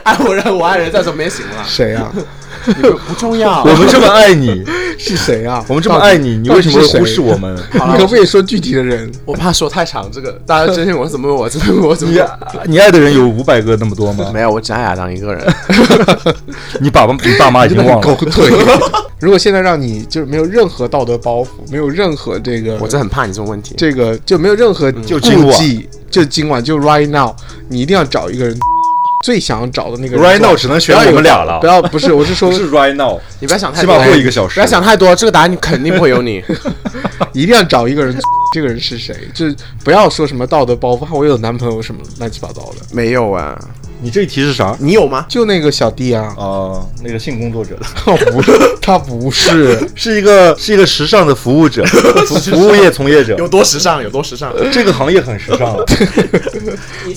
Speaker 13: 爱我人，我爱人，在这边行了，
Speaker 9: 谁啊？
Speaker 13: 你们不重 要。
Speaker 14: 我们这么爱你，
Speaker 9: 是谁啊？
Speaker 14: 我们这么爱你，你为什么会忽视我 们？
Speaker 13: 好
Speaker 9: 你
Speaker 13: 了
Speaker 9: 可不可以说具体的人？
Speaker 13: 我怕说太长，这个大家真信我怎么问我怎么问我怎么
Speaker 14: 你
Speaker 13: 问
Speaker 14: 你爱的人有五百个那么多吗
Speaker 13: 我？没有，我只爱亚当一个人。
Speaker 14: 你爸爸你爸妈已经忘
Speaker 9: 狗
Speaker 14: 了。
Speaker 9: 腿。如果现在让你就是没有任何道德包袱，没有任何这个，
Speaker 13: 我真的很怕你这种问 题。
Speaker 9: 这个就没有任何
Speaker 14: 嗯就
Speaker 9: 顾
Speaker 14: 今晚
Speaker 9: 忌，就今晚就 right now，你一定要找一个人最想找的那个人
Speaker 14: Right
Speaker 9: 做
Speaker 14: now 只能选我们俩了
Speaker 9: 不，要不是，我是 说
Speaker 14: 不是啊 right now，
Speaker 13: 你不要想太
Speaker 14: 起
Speaker 13: 多，
Speaker 14: 码过一个小时
Speaker 13: 不要。想太多，这个答案你肯定不会有 你。
Speaker 9: 一定要找一个人 做，这个人是谁？就是不要说什么道德包袱，啊我有男朋友什么乱七八糟的。
Speaker 13: 没有啊，
Speaker 14: 你这一题是啥？
Speaker 13: 你有吗？
Speaker 9: 就那个小弟啊，
Speaker 14: 哦，那个性工作者
Speaker 9: 他不， 他不是，
Speaker 14: 是一个是一个时尚的服 务者，服服务业从业者，
Speaker 13: 多时尚？有多时尚？
Speaker 14: 这个行业很时 尚了。啊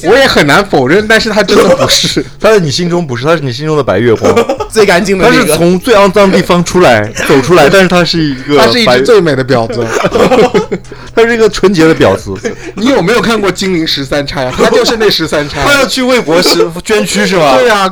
Speaker 9: 我也很难否认，但是他真的不是。
Speaker 14: 他在你心中不是，他是你心中的白月 光，
Speaker 13: 最干净的
Speaker 14: 他
Speaker 13: 那
Speaker 14: 是
Speaker 13: 个。
Speaker 14: 从最肮脏地方出来走出来，但是他是一个白，
Speaker 9: 他是一只最美的婊 子。
Speaker 14: 他是一个纯洁的婊子。
Speaker 9: 你有没有看过《精灵十三钗》啊？他就是那十三钗。 啊
Speaker 14: 他要 去为国是捐躯是吧？
Speaker 9: 对啊，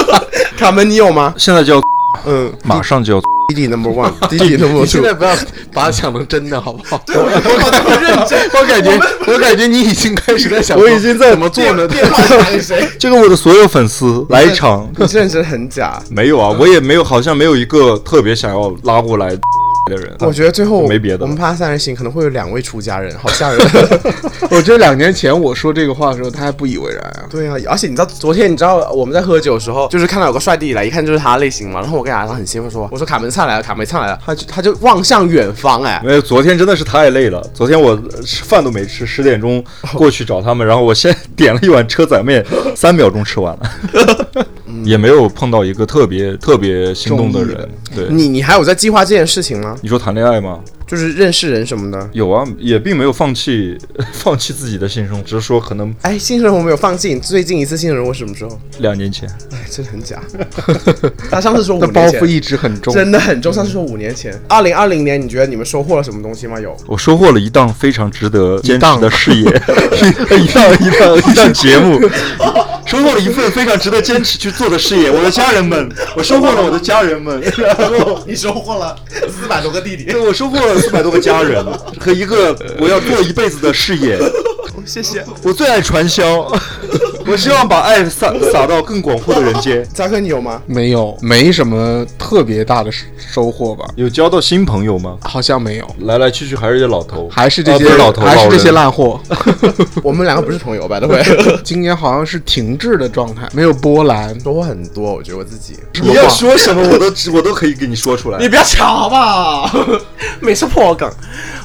Speaker 13: 卡门，你有吗？
Speaker 14: 现在就要，
Speaker 9: 嗯，
Speaker 14: 马上就要。
Speaker 13: 弟弟 number one，弟
Speaker 9: 你
Speaker 13: 弟 number
Speaker 9: 你
Speaker 13: two
Speaker 9: 现。在不要把它想成真的好不好？我认真，我感觉我感觉你已经开始在想，
Speaker 14: 我已经在
Speaker 9: 怎么做呢？
Speaker 14: 这个我的所有粉丝来一 场，
Speaker 13: 你认真很假。
Speaker 14: 没有啊，
Speaker 9: 嗯
Speaker 14: 我也没有，好像没有一个特别想要拉过来的人。
Speaker 9: 嗯
Speaker 13: 我觉得最后
Speaker 14: 没别的了
Speaker 13: 我们爬三人行可能会有两位出家人， 好吓人。
Speaker 9: 我觉得两年前我说这个话的时候，他还不以为然啊。
Speaker 13: 对啊，而且你知道昨天你知道我们在喝酒的时候，就是看到有个帅弟来，一看就是他类型嘛。然后我跟亚当很兴奋说：“我说卡门灿来了，卡门灿来了。”他就他就望向远方，哎，
Speaker 14: 没有，昨天真的是太累了。昨天我呃吃饭都没吃，十点钟
Speaker 9: 哦
Speaker 14: 过去找他们，然后我先点了一碗车仔面，三秒钟吃完了，
Speaker 9: 嗯
Speaker 14: 也没有碰到一个特别特别心动的人。对，
Speaker 9: 嗯
Speaker 13: 你你还有在计划这件事情吗？
Speaker 14: 你说谈恋爱吗？
Speaker 13: 就是认识人什么的。
Speaker 14: 有啊，也并没有放弃 放弃自己的新生活，只是说可能
Speaker 13: 哎，性生活没有放弃，你最近一次性生活什么时候？
Speaker 14: 两年前。
Speaker 13: 哎，真的很 假。他上次说五
Speaker 9: 那包
Speaker 13: 年前
Speaker 9: 袱一直很重，
Speaker 13: 真的很重，上次说五年前。二零二零年，你觉得你们收获了什么东西吗？有。
Speaker 14: 我收获了一档非常值得坚持
Speaker 9: 档
Speaker 14: 的事业，一一档一档一档节目， 收获了一份非常值得坚持去做的事业。我的家人们，我收获了我的家人们，然后
Speaker 13: 你收获了四百多个弟弟
Speaker 14: 对，我收获了四百多个家人和一个我要做一辈子的事业。
Speaker 13: 谢谢。
Speaker 14: 我最爱传销，我希望把爱撒撒到更广阔的人间。
Speaker 13: 扎克，你有吗？
Speaker 9: 没有没什么特别大的收获吧？
Speaker 14: 有交到新朋友吗？
Speaker 9: 好像没有，
Speaker 14: 来来去去还是这老头，
Speaker 9: 还是这
Speaker 14: 啊不
Speaker 9: 些
Speaker 14: 是老头，
Speaker 9: 还是这些
Speaker 14: 老人。
Speaker 9: 烂货。
Speaker 13: 我们两个不是朋友吧？对不对？
Speaker 9: 今年好像是停滞的状态，没有波澜。
Speaker 13: 收获很多，我觉得我自己。
Speaker 14: 你要说什么，我都 我都可以给你说出来。
Speaker 13: 不要吵吧， 每次破我梗。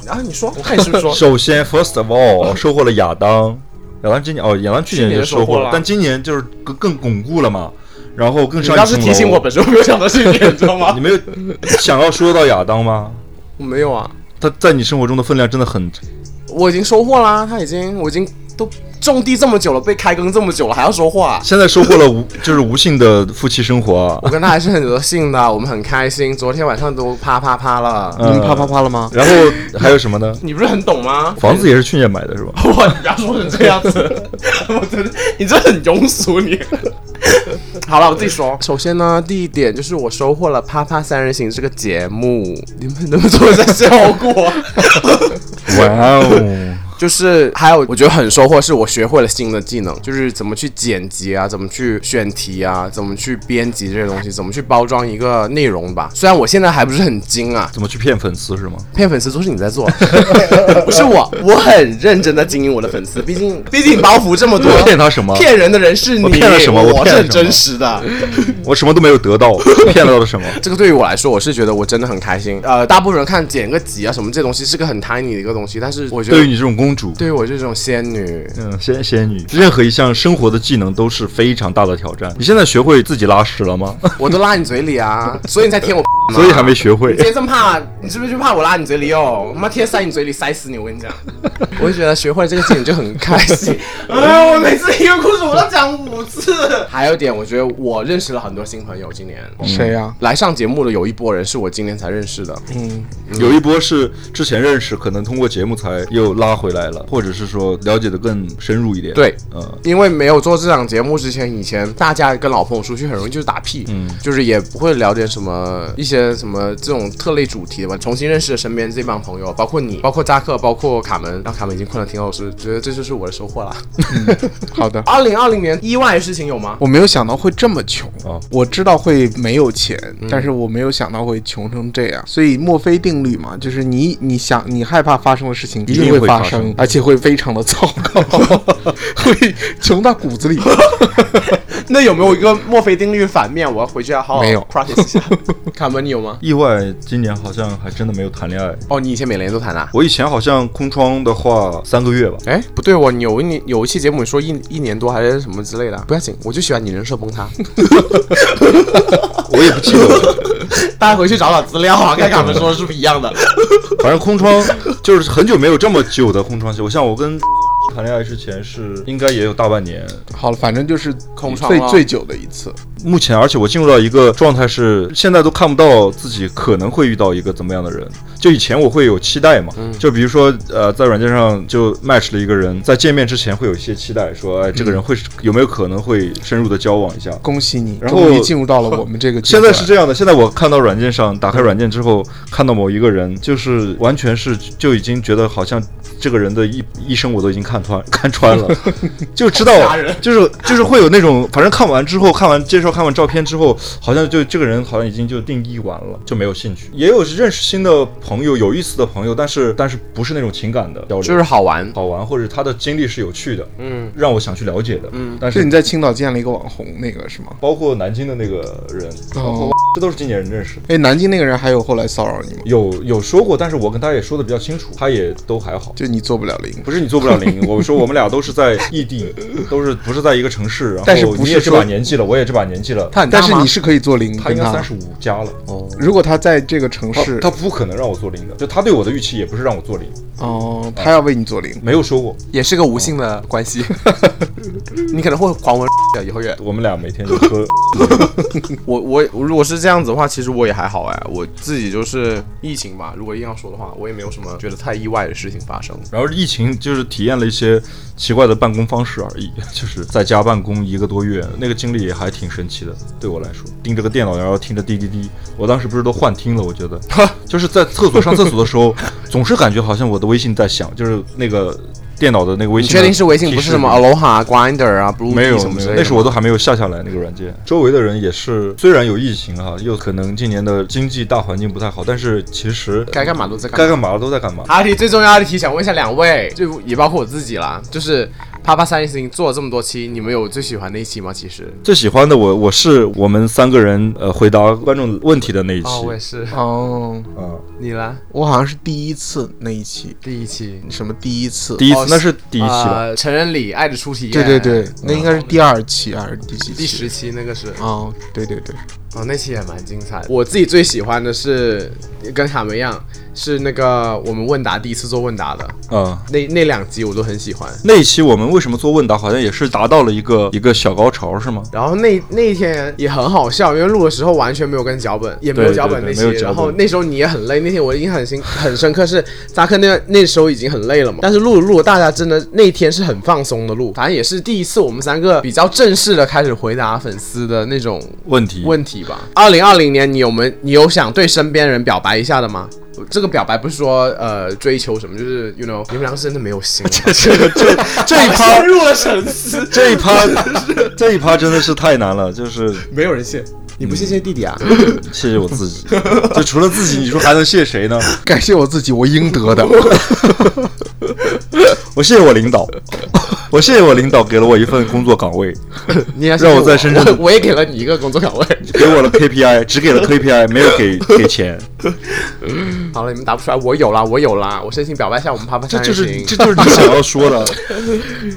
Speaker 13: 然后你说，我看你是不是说
Speaker 14: 首先，first of all，收获了亚当。亚当今年哦，亚当去年
Speaker 13: 去
Speaker 14: 就收
Speaker 13: 年就收获
Speaker 14: 了
Speaker 13: 了，
Speaker 14: 但今年就是更更巩固了嘛，然后更
Speaker 13: 你
Speaker 14: 上一
Speaker 13: 当时
Speaker 14: 层楼
Speaker 13: 提醒我，本身我没有想到这一点，你知 道吗
Speaker 14: 你？没有想要说到亚当吗？
Speaker 13: 我没有啊，
Speaker 14: 他在你生活中的分量真的很，
Speaker 13: 我已经收获啦，他已经，我已经都种地这么久了，被开耕这么久了，还要收获啊？
Speaker 14: 现在收获了无 就是无性的夫妻生活啊
Speaker 13: 我，跟他还是很有幸的，我们很开心，昨天晚上都啪啪啪了。嗯
Speaker 9: 你们
Speaker 14: 呃
Speaker 9: 啪啪啪了吗？
Speaker 14: 然后还有什么呢？
Speaker 13: 你不是很懂 吗？
Speaker 14: 房子也是去年买的 是吧？
Speaker 13: 哇，你不要说成这样子， 我真的，你这很庸俗你。好了，我自己说。首先呢，第一点就是我收获了《啪啪三人行》这个节目，你们能不能做一下效果？
Speaker 14: 哇哦，
Speaker 13: 就是还有，我觉得很收获是我学会了新的技能，就是怎么去剪辑啊，怎么去选题啊，怎么去编辑这些东西，怎么去包装一个内容吧。虽然我现在还不是很精啊，
Speaker 14: 怎么去骗粉丝是吗？
Speaker 13: 骗粉丝都是你在 做，不是我，我很认真的经营我的粉丝，毕竟毕竟包袱这么 多，
Speaker 14: 骗他什么
Speaker 13: 骗人的人是你，
Speaker 14: 我骗了什么我
Speaker 13: 我
Speaker 14: 骗
Speaker 13: 是
Speaker 14: 了
Speaker 13: 很
Speaker 14: 什么
Speaker 13: 真实的。
Speaker 14: 我什么都没有 得到，骗到了什么？
Speaker 13: 这个对于我来说，我是觉得我真的很开心。呃，大部分人看剪个辑啊什么这东西是个很 tiny 的一个东西，但是我觉得
Speaker 14: 对于你这种公主，
Speaker 13: 对于我这种仙女，
Speaker 14: 嗯，仙仙女，任何一项生活的技能都是非常大的挑战。你现在学会自己拉屎了吗？
Speaker 13: 我都拉你嘴里啊，所以你才舔我。
Speaker 14: 所以还没学会
Speaker 13: 你。今天这么怕，你是不是就怕我拉你嘴里哦？我妈天天塞你嘴里，塞死你！我跟你讲，我就觉得学会了这个技能就很开 心。哎，我每次一个故事我都讲五次。 还有一点，我觉得我认识了很多新朋友，今年。
Speaker 9: 谁
Speaker 14: 啊
Speaker 9: 呀、
Speaker 13: 来上节目的有一波人是我今年才认识的，
Speaker 14: 有一波是之前认识，可能通过节目才又拉回来了，或者是说了解的更深入一点。
Speaker 13: 对
Speaker 14: 嗯，
Speaker 13: 因为没有做这档节目之前，以前大家跟老朋友出去很容易就是打屁，嗯，就是也不会聊点什么一些什么这种特类主题的吧。重新认识了身边这帮朋友，包括你，包括扎克，包括卡门，让卡门已经困得挺好吃，觉得这就是我的收获啦。
Speaker 9: 好的，
Speaker 13: 二零二零年意外的事情有吗？
Speaker 9: 我没有想到会这么穷
Speaker 14: 哦。
Speaker 9: 我知道会没有钱，
Speaker 13: 嗯
Speaker 9: 但是我没有想到会穷成这样。所以墨菲定律嘛，就是你你想你害怕发生的事情
Speaker 14: 定
Speaker 9: 会
Speaker 14: 会
Speaker 9: 发
Speaker 14: 发生
Speaker 9: 而且会非常的糟 糕，会穷到骨子里。
Speaker 13: 那有没有一个墨菲定律反面？我要回去要好好
Speaker 9: 没有
Speaker 13: practice 一下。卡门，你有吗？
Speaker 14: 意外，今年好像还真的没有谈恋爱。
Speaker 13: 哦，你以前每年都谈啊？
Speaker 14: 我以前好像空窗的话三个月吧，
Speaker 13: 哎，不对哦，你有一年有一期节目你说一一年多还是什么之类的，啊不要紧，我就喜欢你人设崩 塌。
Speaker 14: 我也不记得了。
Speaker 13: 大家回去找找资料 啊，看看我们说的是不是一样的。
Speaker 14: 反正空窗就是很久没有这么久的空窗期。我像我跟谈恋爱之前是应该也有大半年，
Speaker 9: 好了，反正就是
Speaker 13: 空窗
Speaker 9: 最
Speaker 13: 了
Speaker 9: 最久的一次。
Speaker 14: 目前而且我进入到一个状态是现在都看不到自己可能会遇到一个怎么样的人。就以前我会有期待
Speaker 13: 嗯
Speaker 14: 嘛，就比如说呃在软件上就 match 了一个人，在见面之前会有一些期待，说哎这个人会是有没有可能会深入的交往一下。
Speaker 9: 恭喜你，
Speaker 14: 然后
Speaker 9: 终于进入到了我们这个阶
Speaker 14: 现在
Speaker 9: 段
Speaker 14: 是这样的，现在我看到软件上打开软件之后，看到某一个人，就是完全是就已经觉得好像这个人的一一生我都已经看穿看穿 了，就知道
Speaker 13: 吓人
Speaker 14: 就是就是会有那种，反正看完之后，看完介绍，看完照片之后，好像就这个人好像已经就定义完了，就没有兴趣。也有认识新的朋友，有意思的朋友，但是但是不是那种情感的交流，
Speaker 13: 就是好玩，
Speaker 14: 好玩，或者他的经历是有趣的，
Speaker 13: 嗯，
Speaker 14: 让我想去了解的，嗯，但
Speaker 9: 是
Speaker 14: 是
Speaker 9: 你在青岛建了一个网红那个是吗？
Speaker 14: 包括南京的那个人，包括
Speaker 9: 哦
Speaker 14: 这都是今年认识的。
Speaker 9: 哎，南京那个人还有后来骚扰你吗？
Speaker 14: 有有说过，但是我跟他也说的比较清楚，他也都还好。
Speaker 9: 就你做不了零，
Speaker 14: 不是你做不了零，我说我们俩都是在异地，都是不是在一个城市，然
Speaker 9: 但是
Speaker 14: 后
Speaker 9: 不
Speaker 14: 你
Speaker 9: 是
Speaker 14: 也这
Speaker 9: 说
Speaker 14: 把年纪了，我也这把年纪了，
Speaker 13: 他很大
Speaker 9: 但
Speaker 13: 吗
Speaker 9: 是你是可以做零
Speaker 14: 他应
Speaker 9: 跟
Speaker 14: 该
Speaker 9: 他
Speaker 14: 三。十五加了，哦，
Speaker 9: 如果他在这个城
Speaker 14: 他
Speaker 9: 市，
Speaker 14: 他不可能让我做零的，就他对我的预期也不是让我做零，
Speaker 9: 哦，他要为你做零，
Speaker 14: 没有说过，
Speaker 13: 也是个无性的关 系。你可能会狂闻以后也
Speaker 14: 我们俩每天就喝，
Speaker 13: 我我我如果是这样子的话，其实我也还好哎，我自己就是疫情吧，如果硬要说的话，我也没有什么觉得太意外的事情发生。
Speaker 14: 然后疫情就是体验了一些奇怪的办公方式而已， 就是在家办公一个多月，那个经历也还挺神奇的，对我来说，盯着个电脑，然后听着滴滴滴，我当时不是都幻听了，我觉得， 就是在厕所上厕所的时候，总是感觉好像我的微信在响，就是那个电脑的那个微
Speaker 13: 你
Speaker 14: 信，
Speaker 13: 确定是微信，不是什么 Aloha、Grinder 啊、Blue
Speaker 14: 没有
Speaker 13: 什么
Speaker 14: 没
Speaker 13: 之类
Speaker 14: 有，
Speaker 13: 的吗？
Speaker 14: 那时我都还没有下下来那个软件。周围的人也是，虽然有疫情哈、又可能今年的经济大环境不太好，但是其实
Speaker 13: 该干嘛都在干嘛
Speaker 14: 该干嘛都在干嘛。
Speaker 13: 还有一题最重要的题，想问一下两位，就也包括我自己啦，就是啪啪三人行做了这么多期，你们有最喜欢的一期吗？其实
Speaker 14: 最喜欢的我我是我们三个人呃回答观众问题的那一期
Speaker 13: 哦，我也是，
Speaker 9: 哦，
Speaker 14: 啊，
Speaker 13: 你啦，
Speaker 9: 我好像是第一次那一期，
Speaker 13: 第一期，
Speaker 9: 什么第一次？
Speaker 14: 第一
Speaker 13: 哦
Speaker 14: 次那是第一期吧？
Speaker 13: 呃，成人礼爱的初体验，
Speaker 9: 对对对，哎那应该是第二期还是第几期？
Speaker 13: 第十。期那个是，
Speaker 9: 哦，对对对，
Speaker 13: 哦，那期也蛮精彩的。我自己最喜欢的是跟卡门一样，是那个我们问答第一次做问答的
Speaker 14: 啊。
Speaker 13: 那那两集我都很喜欢。
Speaker 14: 那一期我们为什么做问答，好像也是达到了一个一个小高潮，是吗？
Speaker 13: 然后那那一天也很好笑，因为录的时候完全没有跟脚本，也没有
Speaker 14: 对
Speaker 13: 脚本那
Speaker 14: 对对
Speaker 13: 些。
Speaker 14: 没有脚
Speaker 13: 然
Speaker 14: 本
Speaker 13: 后那时候你也很累，那天我印象很深很深刻是扎克那那时候已经很累了嘛，但是录着录着大家真的那天是很放松的录，反正也是第一次我们三个比较正式的开始回答粉丝的那种
Speaker 14: 问题
Speaker 13: 问题吧。二零二零年你有没你有想对身边人表白一下的吗？这个表白不是说呃追求什么，就是 you know 你们两个真的没有心了啊吧。
Speaker 14: 这个 这这一趴
Speaker 13: 陷入了沉思，
Speaker 14: 这一趴这一趴真的是太难了，就是
Speaker 13: 没有人信，你不信谢弟弟啊？
Speaker 14: 谢谢我自己，就除了自己，你说还能谢谁呢？
Speaker 9: 感谢我自己，我应得 的。
Speaker 14: 我谢谢我领导，我谢谢我领导给了我一份工作岗位，
Speaker 13: 你也是
Speaker 14: 让我在深圳
Speaker 13: 我我也给了你一个工作岗位。
Speaker 14: 给我了 KPI，只给了 KPI，没有给给钱。
Speaker 13: 好了，你们答不出来，我有啦，我有啦，我深 情表白一下我们啪啪
Speaker 14: 这
Speaker 13: 三
Speaker 14: 就
Speaker 13: 人
Speaker 14: 是
Speaker 13: 行。
Speaker 14: 这就是你想要说的。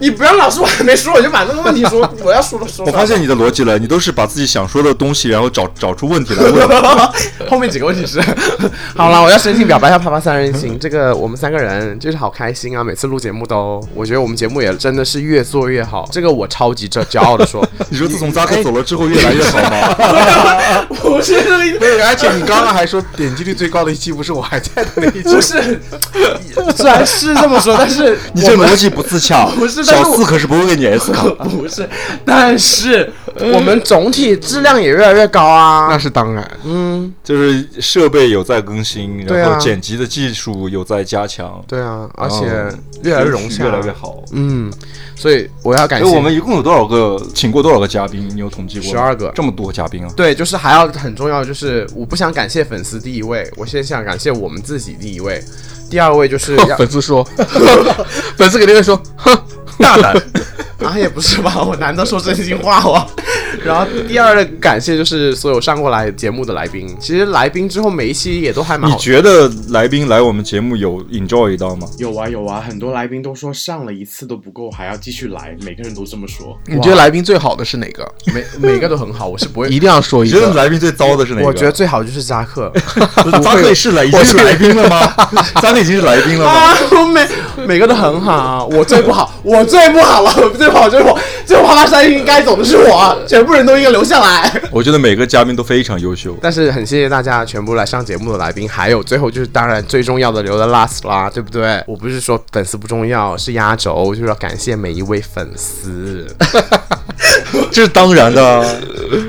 Speaker 13: 你不要老说我还没说，我就把那个问题说 我要说的说出
Speaker 14: 我
Speaker 13: 来。
Speaker 14: 发现你的逻辑了，你都是把自己想说的东西，然后找找出问题来问。
Speaker 13: 后面几个问题是， 好了，我要深情表白一下啪啪三人行。这个我们三个人就是好开心啊，每次录节目都，我觉得我们节目也真的是越做越好，这个我超级骄骄傲的说。
Speaker 14: 你说自从扎
Speaker 13: 哎
Speaker 14: 克走了之后越来越好吗？
Speaker 13: 不是这个意思
Speaker 9: 对，而且你刚刚还说点击率最高的一期不是我还在的那一期，
Speaker 13: 不是， 虽然是这么说，但是
Speaker 14: 你这逻辑不自洽。
Speaker 13: 不是但
Speaker 14: 小
Speaker 13: 是我
Speaker 14: 四可是不会给你 S 卡。
Speaker 13: 不是，但是我们总体质量也越来越高
Speaker 9: 那
Speaker 13: 啊。
Speaker 9: 是当然。
Speaker 13: 嗯，
Speaker 14: 就是设备有在更新，
Speaker 13: 对
Speaker 14: 然
Speaker 13: 啊
Speaker 14: 后剪辑的技术有在加强，
Speaker 13: 对啊，而
Speaker 14: 然后
Speaker 13: 且越来越融洽，
Speaker 14: 越来越。好。
Speaker 13: 嗯，所以我要感
Speaker 14: 哎，
Speaker 13: 谢
Speaker 14: 我们一共有多少个请过多少个嘉宾？你有统计过吗？
Speaker 13: 12个
Speaker 14: 这么多嘉宾啊！
Speaker 13: 对，就是还要很重要，就是我不想感谢粉丝第一位，我先想感谢我们自己第一位，第二位 就是 要
Speaker 9: 粉丝说，粉丝肯定会说，哼，
Speaker 14: 大胆，
Speaker 13: 啊也不是吧，我难道说真心话哦？然后第二个感谢就是所有上过来节目的来宾，其实来宾之后每一期也都还蛮
Speaker 14: 你
Speaker 13: 好。
Speaker 14: 觉得来宾来我们节目有 enjoy 到吗？
Speaker 1: 有啊有啊，很多来宾都说上了一次都不够，还要继续来，每个人都这么说。
Speaker 9: 你觉得来宾最好的是哪个？
Speaker 13: 每每个都很好，我是不会
Speaker 9: 一定要说一
Speaker 14: 你觉得
Speaker 9: 个。
Speaker 14: 来宾最糟的是哪个？
Speaker 13: 我觉得最好就是扎克，
Speaker 14: 扎克是来已经是来宾了吗？ 扎克已经是来宾了吗？
Speaker 13: 啊，我每每个都很好，我最不好，我最不好了，我最不好就是我，最后啪啪三应该走的是我，全部人都应该留下来。
Speaker 14: 我觉得每个嘉宾都非常优秀。
Speaker 13: 但是很谢谢大家全部来上节目的来宾，还有最后就是当然最重要的留的 last 啦，对不对？我不是说粉丝不重要，是压轴，就是要感谢每一位粉丝。
Speaker 14: 这是当然的啊，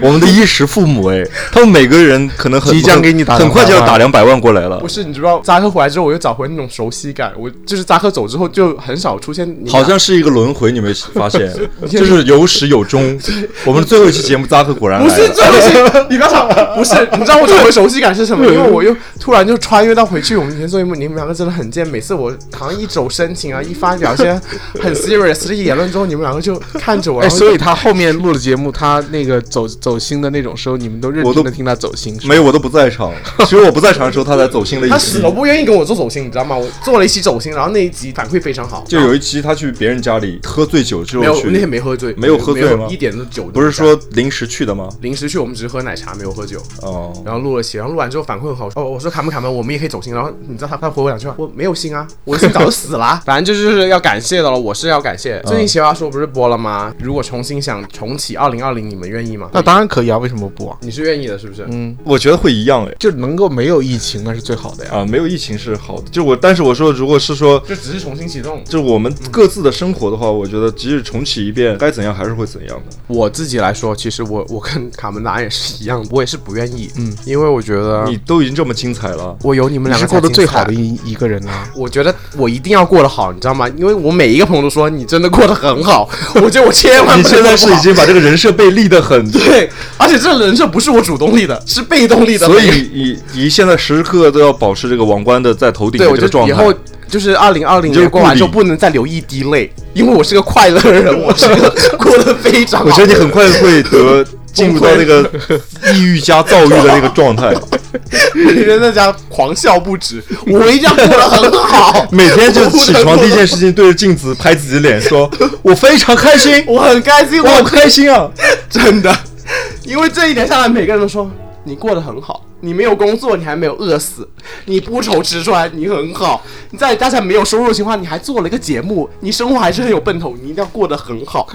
Speaker 14: 我们的衣食父母哎，他们每个人可能很
Speaker 9: 即将给你打
Speaker 14: 很
Speaker 9: 两百万
Speaker 14: 快就要打两百万过来了
Speaker 13: 不，是，你知道扎克回来之后，我又找回那种熟悉感。我就是扎克走之后，就很少出现你
Speaker 14: 好像是一个轮回，你没发现？ 就是有始有终。我们最后一期节目扎克果然
Speaker 13: 不
Speaker 14: 来
Speaker 13: 是
Speaker 14: 了，
Speaker 13: 这不是，你不要吵， 不是，你知道我找回熟悉感是什么？因为我又突然就穿越到回去我们以前做节目，你们两个真的很贱。每次我好像一走深情啊，一发表一些很 serious 的言论之后，你们两个就看着我，
Speaker 9: 哎，
Speaker 13: 然后
Speaker 9: 所以他后面录了节目，他那个走走心的那种时候，你们都认
Speaker 14: 我都
Speaker 9: 真的听他走心。是吧
Speaker 14: 没有我都不在场，只有我不在场的时候他才走心了
Speaker 13: 他
Speaker 14: 一
Speaker 13: 死
Speaker 14: 期
Speaker 13: 都。不愿意跟我做走心，你知道吗？我做了一期走心，然后那一集反馈非常好，
Speaker 14: 就有一期他去别人家里喝醉酒之
Speaker 13: 没
Speaker 14: 后
Speaker 13: 有
Speaker 14: 去，
Speaker 13: 那天没喝醉，
Speaker 14: 没有喝醉吗
Speaker 13: 一点都酒都没
Speaker 14: 不是
Speaker 13: 沾
Speaker 14: 说临时去的吗？
Speaker 13: 临时去，我们只是喝奶茶，没有喝酒。
Speaker 14: 哦，
Speaker 13: 然后录了戏，然后录完之后反馈很好。哦，我说卡门卡门，我们也可以走心。然后你知道他他回我两句话，我没有心啊，我的心早就死了啊。 反正就是要感谢的了，我是要感谢。
Speaker 14: 嗯
Speaker 13: 最近奇葩说不是播了吗？如果重新想重启二零二零，你们愿意吗？
Speaker 9: 那当然可以啊，为什么不啊？
Speaker 13: 你是愿意的，是不是？嗯，
Speaker 14: 我觉得会一样哎。
Speaker 9: 就能够没有疫情，那是最好的呀。
Speaker 14: 啊，没有疫情是好的，就我，但是我说，如果是说，
Speaker 13: 就只是重新启动。
Speaker 14: 就我们各自的生活的话，我觉得即使重启一遍，该怎样还是会怎样的。
Speaker 13: 我自己来说，其实我我跟卡门答案也是一样的，我也是不愿意。嗯，因为我觉得
Speaker 14: 你都已经这么精彩 了，
Speaker 13: 我有你们
Speaker 9: 你
Speaker 13: 两
Speaker 9: 是
Speaker 13: 个
Speaker 9: 过得
Speaker 13: 才精
Speaker 9: 最好
Speaker 13: 彩
Speaker 9: 的一一个人啊。
Speaker 13: 我觉得我一定要过得好，你知道吗？因为我每一个朋友都说你真的过得很好， 我觉得我千万
Speaker 14: 你
Speaker 13: 不能
Speaker 14: 现在
Speaker 13: 过
Speaker 14: 是
Speaker 13: 不
Speaker 14: 已
Speaker 13: 好，
Speaker 14: 经把这个人设被立得 很
Speaker 13: 对，而且这人设不是我主动立的，是被动立的。
Speaker 14: 所以你你现在时时刻刻都要保持这个王冠的在头顶
Speaker 13: 对
Speaker 14: 的
Speaker 13: 我
Speaker 14: 这个
Speaker 13: 就
Speaker 14: 状
Speaker 13: 以
Speaker 14: 态。
Speaker 13: 后就是二零二零
Speaker 14: 你就是
Speaker 13: 年过完
Speaker 14: 故意
Speaker 13: 之后不能再流一滴泪，因为我是个快乐的 人，我是个过得非常好。
Speaker 14: 我觉得你很快会得进入到 那个抑郁加躁郁的那个状态，，
Speaker 13: 你人在家狂笑不止，我一定要过得很好
Speaker 14: 每天就起床第一件
Speaker 13: 事，
Speaker 14: 事情对着镜子拍自己的 脸，说我非常开心，
Speaker 13: 我很开心，
Speaker 14: 我
Speaker 13: 我
Speaker 14: 好开心啊！
Speaker 13: 真的，因为这一年下来，每个人都说你过得很好，你没有工作，你还没有饿死，你不愁吃穿，你很好。你在大家没有收入的情况，你还做了一个节目，你生活还是很有奔头，你一定要过得很 好。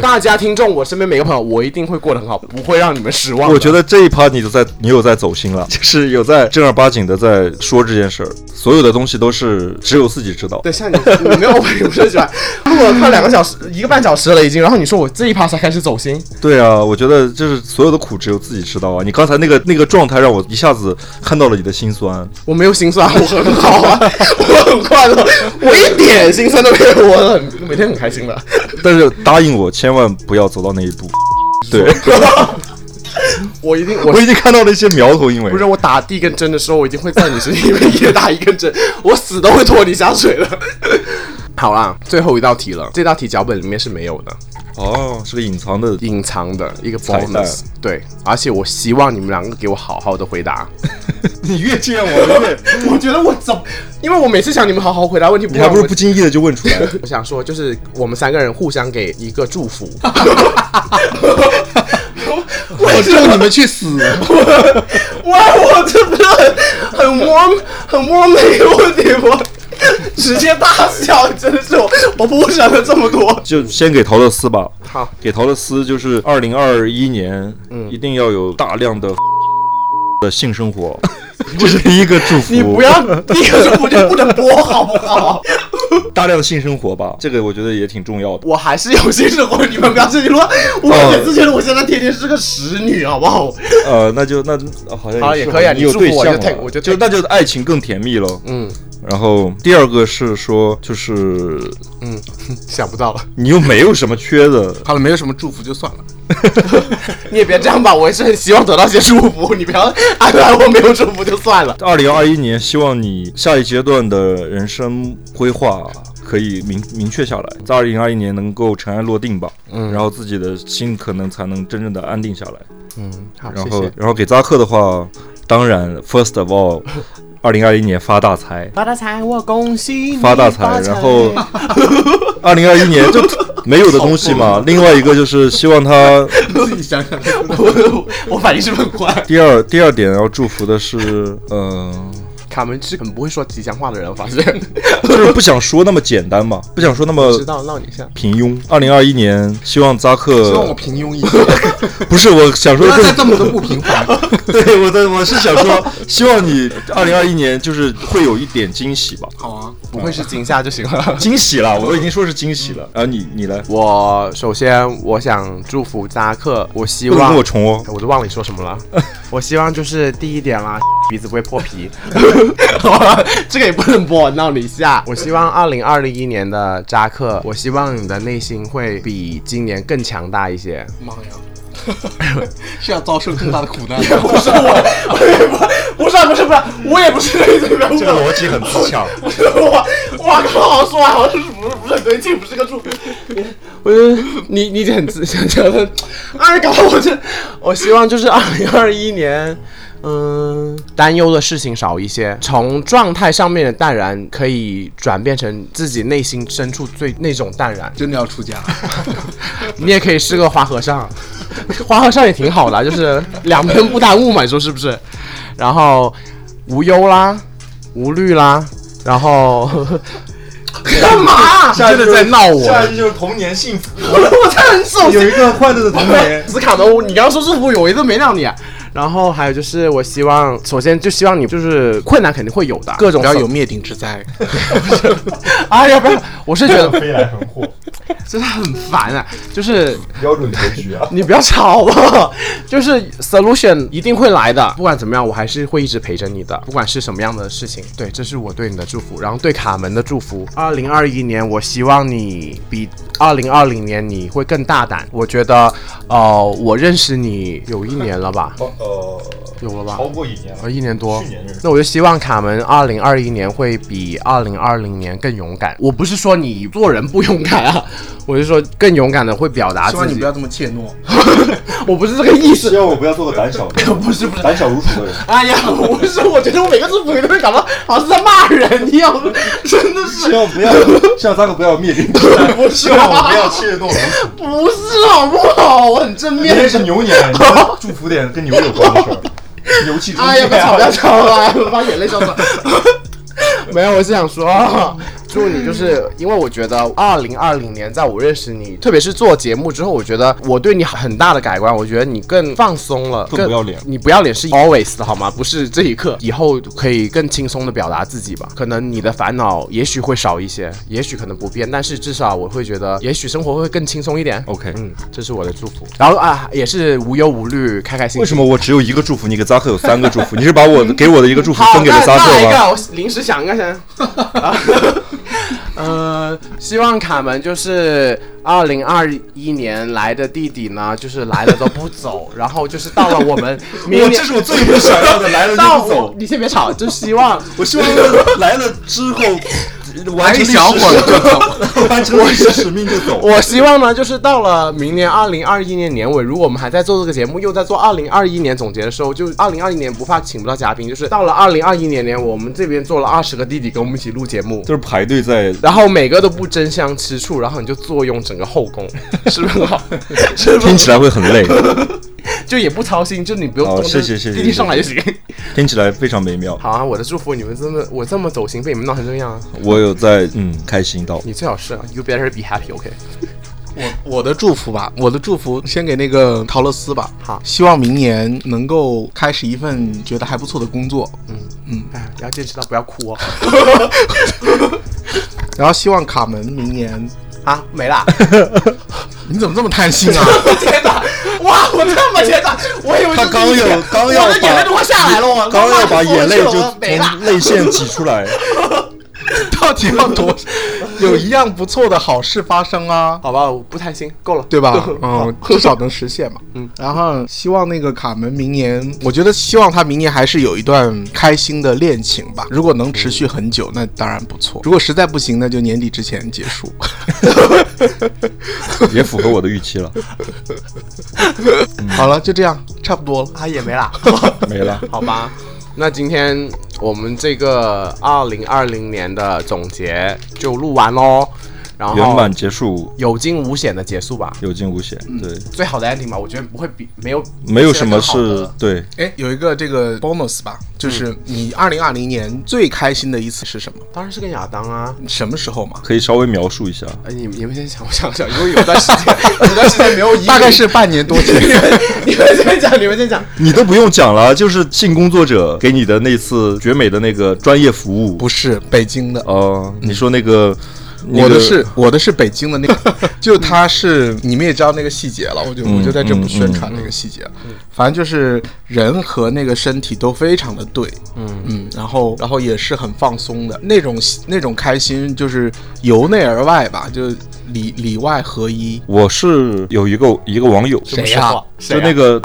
Speaker 13: 大家听众，我身边每个朋友，我一定会过得很好，不会让你们失望的。
Speaker 14: 我觉得这一趴你就在你有在走心了，就是有在正儿八经的在说这件事儿，所有的东西都是只有自己知道。
Speaker 13: 对，像你，你没有我不是喜欢，录了快两个小时，一个半小时了已经，然后你说我这一趴才开始走心，
Speaker 14: 对啊，我觉得就是所有的苦只有自己知道啊！你刚才那个那个状态让我一下子看到了你的心酸。
Speaker 13: 我没有心酸，我很好 啊，我很快乐，我一点心酸都没有，我很每天很开心的。
Speaker 14: 但是答应我，千万不要走到那一步。对，
Speaker 13: 我一定，我
Speaker 14: 我已经看到了一些苗头，因为
Speaker 13: 不是我打第一根针的时候，我一定会在你身体里面也打一根针，我死都 会拖你下水的。好啦，最后一道题了，这道题脚本里面是没有的。
Speaker 14: 哦，是个隐 藏的。
Speaker 13: 隐藏的一个
Speaker 14: 彩蛋
Speaker 13: bonus。对，而且我希望你们两个给我好好的回答。
Speaker 14: 你越这样，我越
Speaker 13: 我觉得我怎么？因为我每次想你们好好回答问题，
Speaker 14: 你还不
Speaker 13: 让
Speaker 14: 如
Speaker 13: 我
Speaker 14: 不。经意的就问出来了。
Speaker 13: 我想说，就是我们三个人互相给一个祝福。
Speaker 9: 我祝你们去死！
Speaker 13: 哇，我这不是很很窝很窝的一个问题吗？直接大笑，真的是我，我不想了这么多。
Speaker 14: 就先给陶乐斯吧。
Speaker 13: 好，嗯
Speaker 14: 给陶乐斯就是二零二一年，一定要有大 量的的性生活，这是一个祝福。
Speaker 13: 你不要第一个祝福就不能播好不好？
Speaker 14: 大量的性生活吧，这个我觉得也挺重要的。
Speaker 13: 我还是有性生活，你们不要生气。如果我每次觉得我现在天天是个使女，好不好？
Speaker 14: 呃，那就那好像
Speaker 13: 好
Speaker 14: 也
Speaker 13: 也
Speaker 14: 是
Speaker 13: 可以啊
Speaker 14: 你
Speaker 13: 你
Speaker 14: 有
Speaker 13: 祝
Speaker 14: 对
Speaker 13: 福我
Speaker 14: 象
Speaker 13: 就 take，
Speaker 14: 了
Speaker 13: 我就
Speaker 14: 就
Speaker 13: take
Speaker 14: 那就爱情更甜蜜了。
Speaker 13: 嗯，
Speaker 14: 然后第二个是说，就是
Speaker 13: 嗯，想不到了，
Speaker 14: 你又没有什么缺的，
Speaker 9: 好了，没有什么祝福就算了。
Speaker 13: 你也别这样吧，我也是很希望得到些祝福，你不要安排我没有祝福就算了。
Speaker 14: 二零二一年，希望你下一阶段的人生规划可以明明确下来，在二零二一年能够尘埃落定吧。嗯，然后自己的心可能才能真正的安定下来。
Speaker 13: 嗯，好，
Speaker 14: 然
Speaker 13: 谢
Speaker 14: 后
Speaker 13: 谢，。
Speaker 14: 然后给扎克的话，当然，first of all，二零二一年发大财，
Speaker 13: 发大财，我恭喜 你
Speaker 14: 发大财。然 后，二零二一年就没有的东西
Speaker 13: 啊
Speaker 14: 嘛。另外一个就是希望他
Speaker 13: 自己想想，我我反应是很快。
Speaker 14: 第二第二点要祝福的是，嗯。
Speaker 13: 卡门是很不会说吉祥话的人，我发现。
Speaker 14: 就是不想说那么简单嘛，不想说那么
Speaker 13: 知道，闹你一下。
Speaker 14: 平庸。二零二一年，希望扎
Speaker 9: 希望 我
Speaker 14: 克
Speaker 9: 平庸一 点，
Speaker 14: 不是我想
Speaker 9: 不
Speaker 14: 说
Speaker 9: 要再这
Speaker 14: 更
Speaker 9: 么的不平凡。
Speaker 14: 对我的我是想说，希望你二零二一年就是会有一点惊喜吧，
Speaker 9: 好啊，
Speaker 13: 不会是惊吓就行了。
Speaker 14: 惊喜啦，我都已经说是惊喜了。然后你你来，
Speaker 13: 我首先我想祝福扎克，我希
Speaker 14: 不能
Speaker 13: 望
Speaker 14: 跟我重哦。
Speaker 13: 我都忘了你说什么了。我希望就是第一点啦，鼻子不会破皮。好了，这个也不能播，闹你一下。我希望二零二一年的扎克，我希望你的内心会比今年更强大一些。
Speaker 9: 妈呀， 是要遭受更大的苦 难。
Speaker 13: 不是我，不是啊不是不是，我也不是这个人物。
Speaker 14: 这个逻辑很自洽，
Speaker 13: 我我靠，好说好像是不是不是很对劲，不是个祝福。我觉得你你已经很自想觉得， 哎，搞我这，我希望就是二零二一年。嗯，担忧的事情少一些，从状态上面的淡然可以转变成自己内心深处最那种淡然。
Speaker 9: 真的要出家？
Speaker 13: 你也可以是个花和尚， 花和尚也挺好的啊，就是两边不耽误嘛，你说是不是？然后无忧啦，无虑啦，然后 干 嘛？啊真的在闹我？
Speaker 14: 一句就是童年幸福，
Speaker 13: 我才很手
Speaker 14: 有一个快乐的童 年。
Speaker 13: 斯卡门，我哦你刚刚说祝福我，我一直没让你、啊。然后还有就是，我希望，首先就希望你就是困难肯定会有的，各种
Speaker 9: 不要有。灭顶之灾。
Speaker 13: 哎呀，不是，我是觉得
Speaker 14: 飞来横祸，
Speaker 13: 真的很烦啊，就是
Speaker 14: 标准结 局啊！
Speaker 13: 你不要吵嘛， 就是 solution 一定会来的，不管怎么样，我还是会一直陪着你的，不管是什么样的事情。对，这是我对你的祝福，然后对卡门的祝福。二零二一年，我希望你比二零二零年你会更大胆。我觉得，呃，我认识你有一年了吧，
Speaker 14: 呃，
Speaker 13: 有了吧？
Speaker 14: 过一年了
Speaker 13: 呃，一年多
Speaker 14: 去年认识。
Speaker 13: 那我就希望卡门二零二一年会比二零二零年更勇敢。我不是说你做人不勇敢啊，我是说更勇敢的会表达
Speaker 9: 希望
Speaker 13: 自己
Speaker 9: 你不。要这么怯懦。
Speaker 13: 我不是这个 意思。
Speaker 14: 望我不要做个胆小， 不是不啊是胆小如鼠 的人。
Speaker 13: 哎呀，我不是，我觉得我每个字母都会感到好像是在骂人一样，真的是
Speaker 14: 希望不要， 希望扎 克不要灭顶之灾，
Speaker 13: 不是吧
Speaker 14: 怯 懦。
Speaker 13: 不是好不好？啊我很正面。
Speaker 14: 是牛 年，你的祝福点跟牛有关的事 儿，牛气冲
Speaker 13: 哎呀，不要吵，不要吵了，哎我把眼泪笑出来。 没有，我是想说， 祝你就是因为我觉得二零二零年，在我认识你，特别是做节目之后，我觉得我对你很大的改观，我觉得你更放松了，
Speaker 14: 更不要脸
Speaker 13: 你不要脸是 always 的好吗？不是这一刻，以后可以更轻松的表达自己吧。可能你的烦恼也许会少一些，也许可能不变，但是至少我会觉得，也许生活会更轻松一点。
Speaker 14: OK，
Speaker 13: 嗯，这是我的祝福。然后啊，也是无忧无虑，开开心心。
Speaker 14: 为什么我只有一个祝福，你给扎克有三个祝福？你是把我的给我的一个祝 福
Speaker 13: 好，
Speaker 14: 分给了
Speaker 13: 那
Speaker 14: 扎
Speaker 13: 那
Speaker 14: 克
Speaker 13: 一
Speaker 14: 吗？
Speaker 13: 个，我临时想一个先。 啊呃，希望卡门就是二零二一年来的弟弟呢，就是来了都不走，然后就是到了我 们明年，
Speaker 14: 我最 不想要的，来了
Speaker 13: 到我。你先别吵，就希望
Speaker 14: 我希望来了之后完成
Speaker 13: 一小会儿就
Speaker 14: 走， 完成历史使命就走。
Speaker 13: 我希望呢，就是到了明年二零二一年年尾，如果我们还在做这个节目，又在做二零二一年总结的时候，就二零二一年不怕请不到嘉宾，就是到了二零二一年年尾，我们这边做了二十个弟弟跟我们一起录节目，
Speaker 14: 就是排队 在
Speaker 13: 然后每个都不争相吃醋，然后你就坐拥整个后 宫，是不是很好？
Speaker 14: 听起来会很累，
Speaker 13: 就也不操心，就你不用
Speaker 14: 好
Speaker 13: 动，
Speaker 14: 哦谢
Speaker 13: 就是
Speaker 14: 谢谢
Speaker 13: 弟弟
Speaker 14: 谢
Speaker 13: 上来就行。
Speaker 14: 听起来非常美妙。
Speaker 13: 好啊，我的祝福你们这么我这么走心，被你们闹成这样啊，
Speaker 14: 我有在嗯开心到，
Speaker 13: 你最好是啊，You better be happy，OK？、
Speaker 9: 我我的祝福吧，我的祝福先给那个陶乐斯吧。
Speaker 13: 好
Speaker 9: 希望明年能够开始一份觉得还不错的工作，
Speaker 13: 哎，要坚持到不要 哭哦。
Speaker 9: 然后希望卡门明年。
Speaker 13: 啊，没啦。
Speaker 9: 你怎么这么贪心 啊？
Speaker 13: 天哪！哇，我这么天哪！我以为就
Speaker 14: 他
Speaker 13: 是
Speaker 14: 刚
Speaker 13: 一
Speaker 14: 有
Speaker 13: 点
Speaker 14: 刚要
Speaker 13: 我的眼泪
Speaker 14: 把
Speaker 13: 都快下来了，我
Speaker 14: 刚要把
Speaker 13: 我
Speaker 14: 眼泪
Speaker 13: 我
Speaker 14: 就
Speaker 13: 我没了
Speaker 14: 从。泪腺挤出来。
Speaker 9: 到底要多？有一样不错的好事发生啊！
Speaker 13: 好吧，我不贪心，够了，
Speaker 9: 对 吧？嗯，至少能实现嘛。 嗯，然后希望那个卡门明年，我觉得希望他明年还是有一段开心的恋情吧。如果能持续很久，那当然不错；如果实在不行，那就年底之前结 束。
Speaker 14: 也符合我的预期了，
Speaker 9: 好了，就这样，差不多了。
Speaker 13: 啊，也没啦。
Speaker 14: 没了。
Speaker 13: 好吧，那今天我们这个二零二零年的总结就录完喽，然后
Speaker 14: 圆满结束，
Speaker 13: 有惊无险的结束吧，
Speaker 14: 有惊无险。
Speaker 13: 嗯
Speaker 14: 对，
Speaker 13: 最好的 ending 吧，我觉得不会比没有
Speaker 14: 没有什么
Speaker 13: 现在更好
Speaker 14: 是
Speaker 13: 的
Speaker 14: 对
Speaker 9: 哎，有一个这个 bonus 吧，就是你二零二零年最开心的一次是什么？
Speaker 13: 当然是跟亚当啊。
Speaker 9: 什么时候嘛？
Speaker 14: 可以稍微描述一下。
Speaker 13: 哎，你们你们先想，我想想，因为有段时 间，有段时间没有音乐，
Speaker 9: 大概是半年多前。
Speaker 13: 你们先讲，你们先讲。
Speaker 14: 你都不用讲了，就是性工作者给你的那次绝美的那个专业服务。
Speaker 9: 不是北京的，
Speaker 14: 哦，你说那个，那
Speaker 9: 我的
Speaker 14: 个
Speaker 9: 是我的是北京的那个， 就他是你们也知道那个细节了，我就我就在这不宣传那个细节了。反正就是人和那个身体都非常的对，嗯嗯，然后然后也是很放松的那种那种开心，就是由内而外吧，就里里外合一。
Speaker 14: 我是有一个一个网友，
Speaker 9: 谁呀、
Speaker 14: 就那个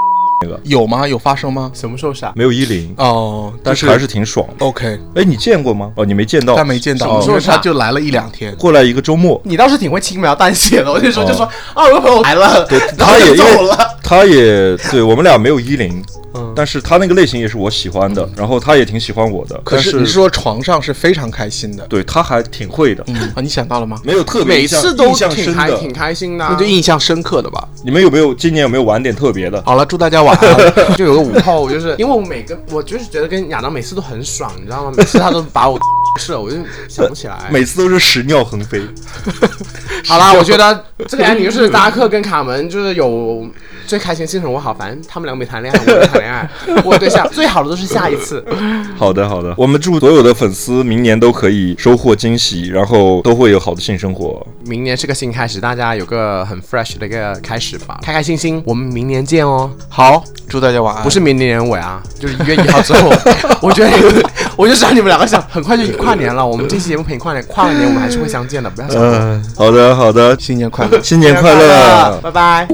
Speaker 9: 有吗？有发生吗？
Speaker 13: 什么时候傻？
Speaker 14: 没有依林，
Speaker 9: 哦，
Speaker 14: 但
Speaker 9: 是
Speaker 14: 是还是挺爽的。
Speaker 9: OK，
Speaker 14: 哎，你见过吗？哦，你没见到，
Speaker 9: 但没见到，
Speaker 14: 哦
Speaker 9: 因为他就来了一两天。
Speaker 14: 过来一个周 末，
Speaker 13: 你倒是挺会轻描淡写的，我就说
Speaker 14: 哦
Speaker 13: 就说啊，我的朋友来了，然后
Speaker 14: 他也
Speaker 13: 就
Speaker 14: 因为
Speaker 13: 走了。
Speaker 14: 他也对我们俩没有依林，
Speaker 9: 嗯
Speaker 14: 但是他那个类型也是我喜欢的，然后他也挺喜欢我的。
Speaker 9: 可
Speaker 14: 但
Speaker 9: 是
Speaker 14: 是
Speaker 9: 你是说床上是非常开心的，
Speaker 14: 对，他还挺会的，
Speaker 9: 嗯啊，你想到了吗？
Speaker 14: 没有特别
Speaker 13: 每
Speaker 14: 印象
Speaker 13: 次都
Speaker 14: 印象
Speaker 13: 挺
Speaker 14: 深
Speaker 13: 开
Speaker 14: 的
Speaker 13: 挺。开心的啊、
Speaker 9: 那 就印象深刻的吧。
Speaker 14: 你们有没有今年有没有玩点特别的？
Speaker 9: 好了，祝大家晚安。
Speaker 13: 就有个午后，就是因为我每个我就是觉得跟亚当每次都很爽，你知道吗？每次他都把我 吃了，我就想不起来。
Speaker 14: 每次都是屎尿横飞，
Speaker 13: 好啦，我觉 得这个 ending 就是达克跟卡门就是有最开心的精神我好，反正他们两个没谈恋爱，我也没谈恋爱，我有对象最好的都是下一次。
Speaker 14: 好的好的，我们祝所有的粉丝明年都可以收获惊喜，然后都会有好的性生活。
Speaker 13: 明年是个新开始，大家有个很 fresh 的一个开始吧，开开心心，我们明年见哦。
Speaker 9: 好，祝大家晚安。
Speaker 13: 不是明年年尾啊，就是一月一号之后， 我觉得我就知道你们两个想很快就跨年了。我们这期节目陪你跨年，跨了年我们还是会相见的，不要想。
Speaker 14: 嗯，好的好的，。
Speaker 9: 新年快乐
Speaker 14: 新年快
Speaker 13: 乐，
Speaker 14: 乐！
Speaker 13: 拜拜。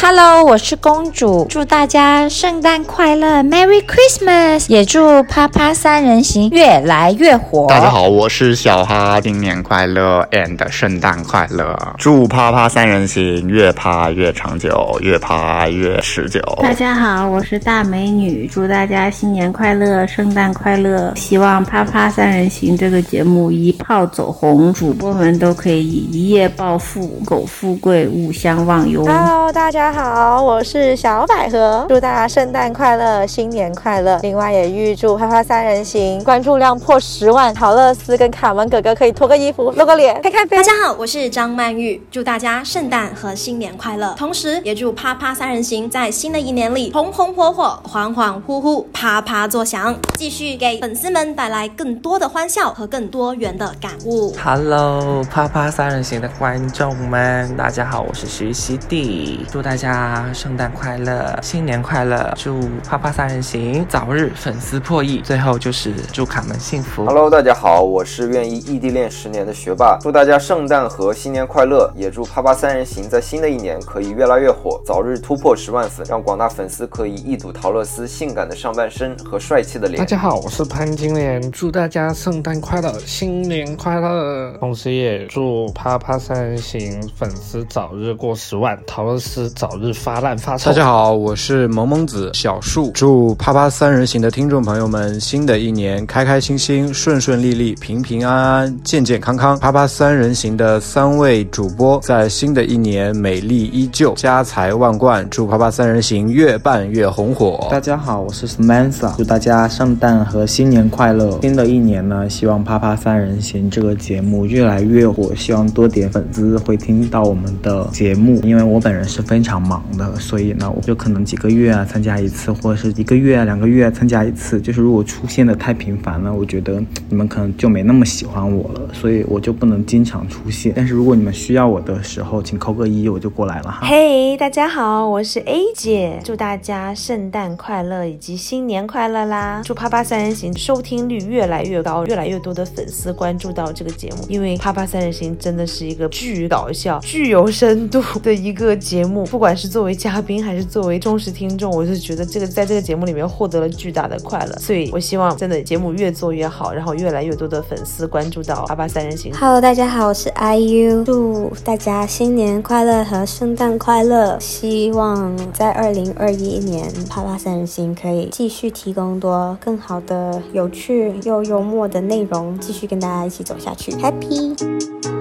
Speaker 3: Hello，我是公主，祝大家圣诞快乐，Merry Christmas！也祝啪啪三人行越来越火。
Speaker 4: 大家，好，我是小哈，新年快乐 and 圣诞快乐！祝啪啪三人行越啪越长久，越啪越持久。
Speaker 2: 大家好，我是大美女，祝大家新年快乐，圣诞快乐！希望《啪啪三人行》这个节目一炮走红，主播们都可以一夜暴富，苟富贵，勿相忘忧。
Speaker 6: 啊
Speaker 5: Hello，大家好，我是小百合，祝大家圣诞快乐，新年快乐！另外也预祝《啪啪三人行》关注量破十万，陶乐斯跟卡门哥哥可以脱个衣服露个脸，看看呗
Speaker 6: 大。家好，我是张曼玉，祝大家圣诞和新年快乐，同时也祝啪啪三人行在新的一年里红红火火、恍恍惚惚、啪啪作响，继续给粉丝们带来更多的欢笑和更多元的感悟。
Speaker 7: Hello，啪啪三人行的观众们，大家好，我是徐熙娣，祝大
Speaker 15: 家圣诞快乐，新年快乐，祝啪啪三人行早日粉丝破亿，最后就是祝卡门幸福。
Speaker 13: Hello，大家好，我是愿意异地恋十年的学霸，祝大家圣诞和新年快乐，也祝啪啪三人行在新的一年可以越来越火，早日突破十万粉，让广大粉丝可以一睹陶乐斯性感的上半身和帅气的脸。
Speaker 16: 大家好，我是潘金莲，祝大家圣诞快乐，新年快乐，同时也祝啪啪三人行粉丝早日过十万，陶乐斯早日发烂发臭。
Speaker 14: 大家好，我是萌萌子小树，祝啪啪三人行的听众朋友们，新的一年开开心心、顺顺利利、平平安安、健健康康。啪啪三人行的三位主播在新的一年美丽依旧，家财万贯，祝啪啪三人行越办越红火。
Speaker 17: 大家好，我是 Samantha，祝大家圣诞和新年快乐！新的一年呢，希望《啪啪三人行》这个节目越来越火，希望多点粉丝会听到我们的节目。因为我本人是非常忙的，所以呢，我就可能几个月啊参加一次，或者是一个月啊、两个月啊参加一次。就是如果出现的太频繁了，我觉得你们可能就没那么喜欢我了，所以我就不能经常出现。但是如果你们需要我的时候，请扣个一，我就过来了哈。
Speaker 12: 嘿哎大家好，我是 A 姐，祝大家圣诞快乐以及新年快乐啦！祝啪啪三人行收听率越来越高，越来越多的粉丝关注到这个节目，因为啪啪三人行真的是一个巨搞笑、巨有深度的一个节目。不管是作为嘉宾还是作为忠实听众，我就觉得这个在这个节目里面获得了巨大的快乐，所以我希望真的节目越做越好，然后越来越多的粉丝关注到啪啪三人行。
Speaker 5: Hello，大家好，我是 IU，祝大家新年快乐和圣诞快乐！希望嗯在二零二一年，啪啪三人行可以继续提供多更好的、有趣又幽默的内容，继续跟大家一起走下去，Happy。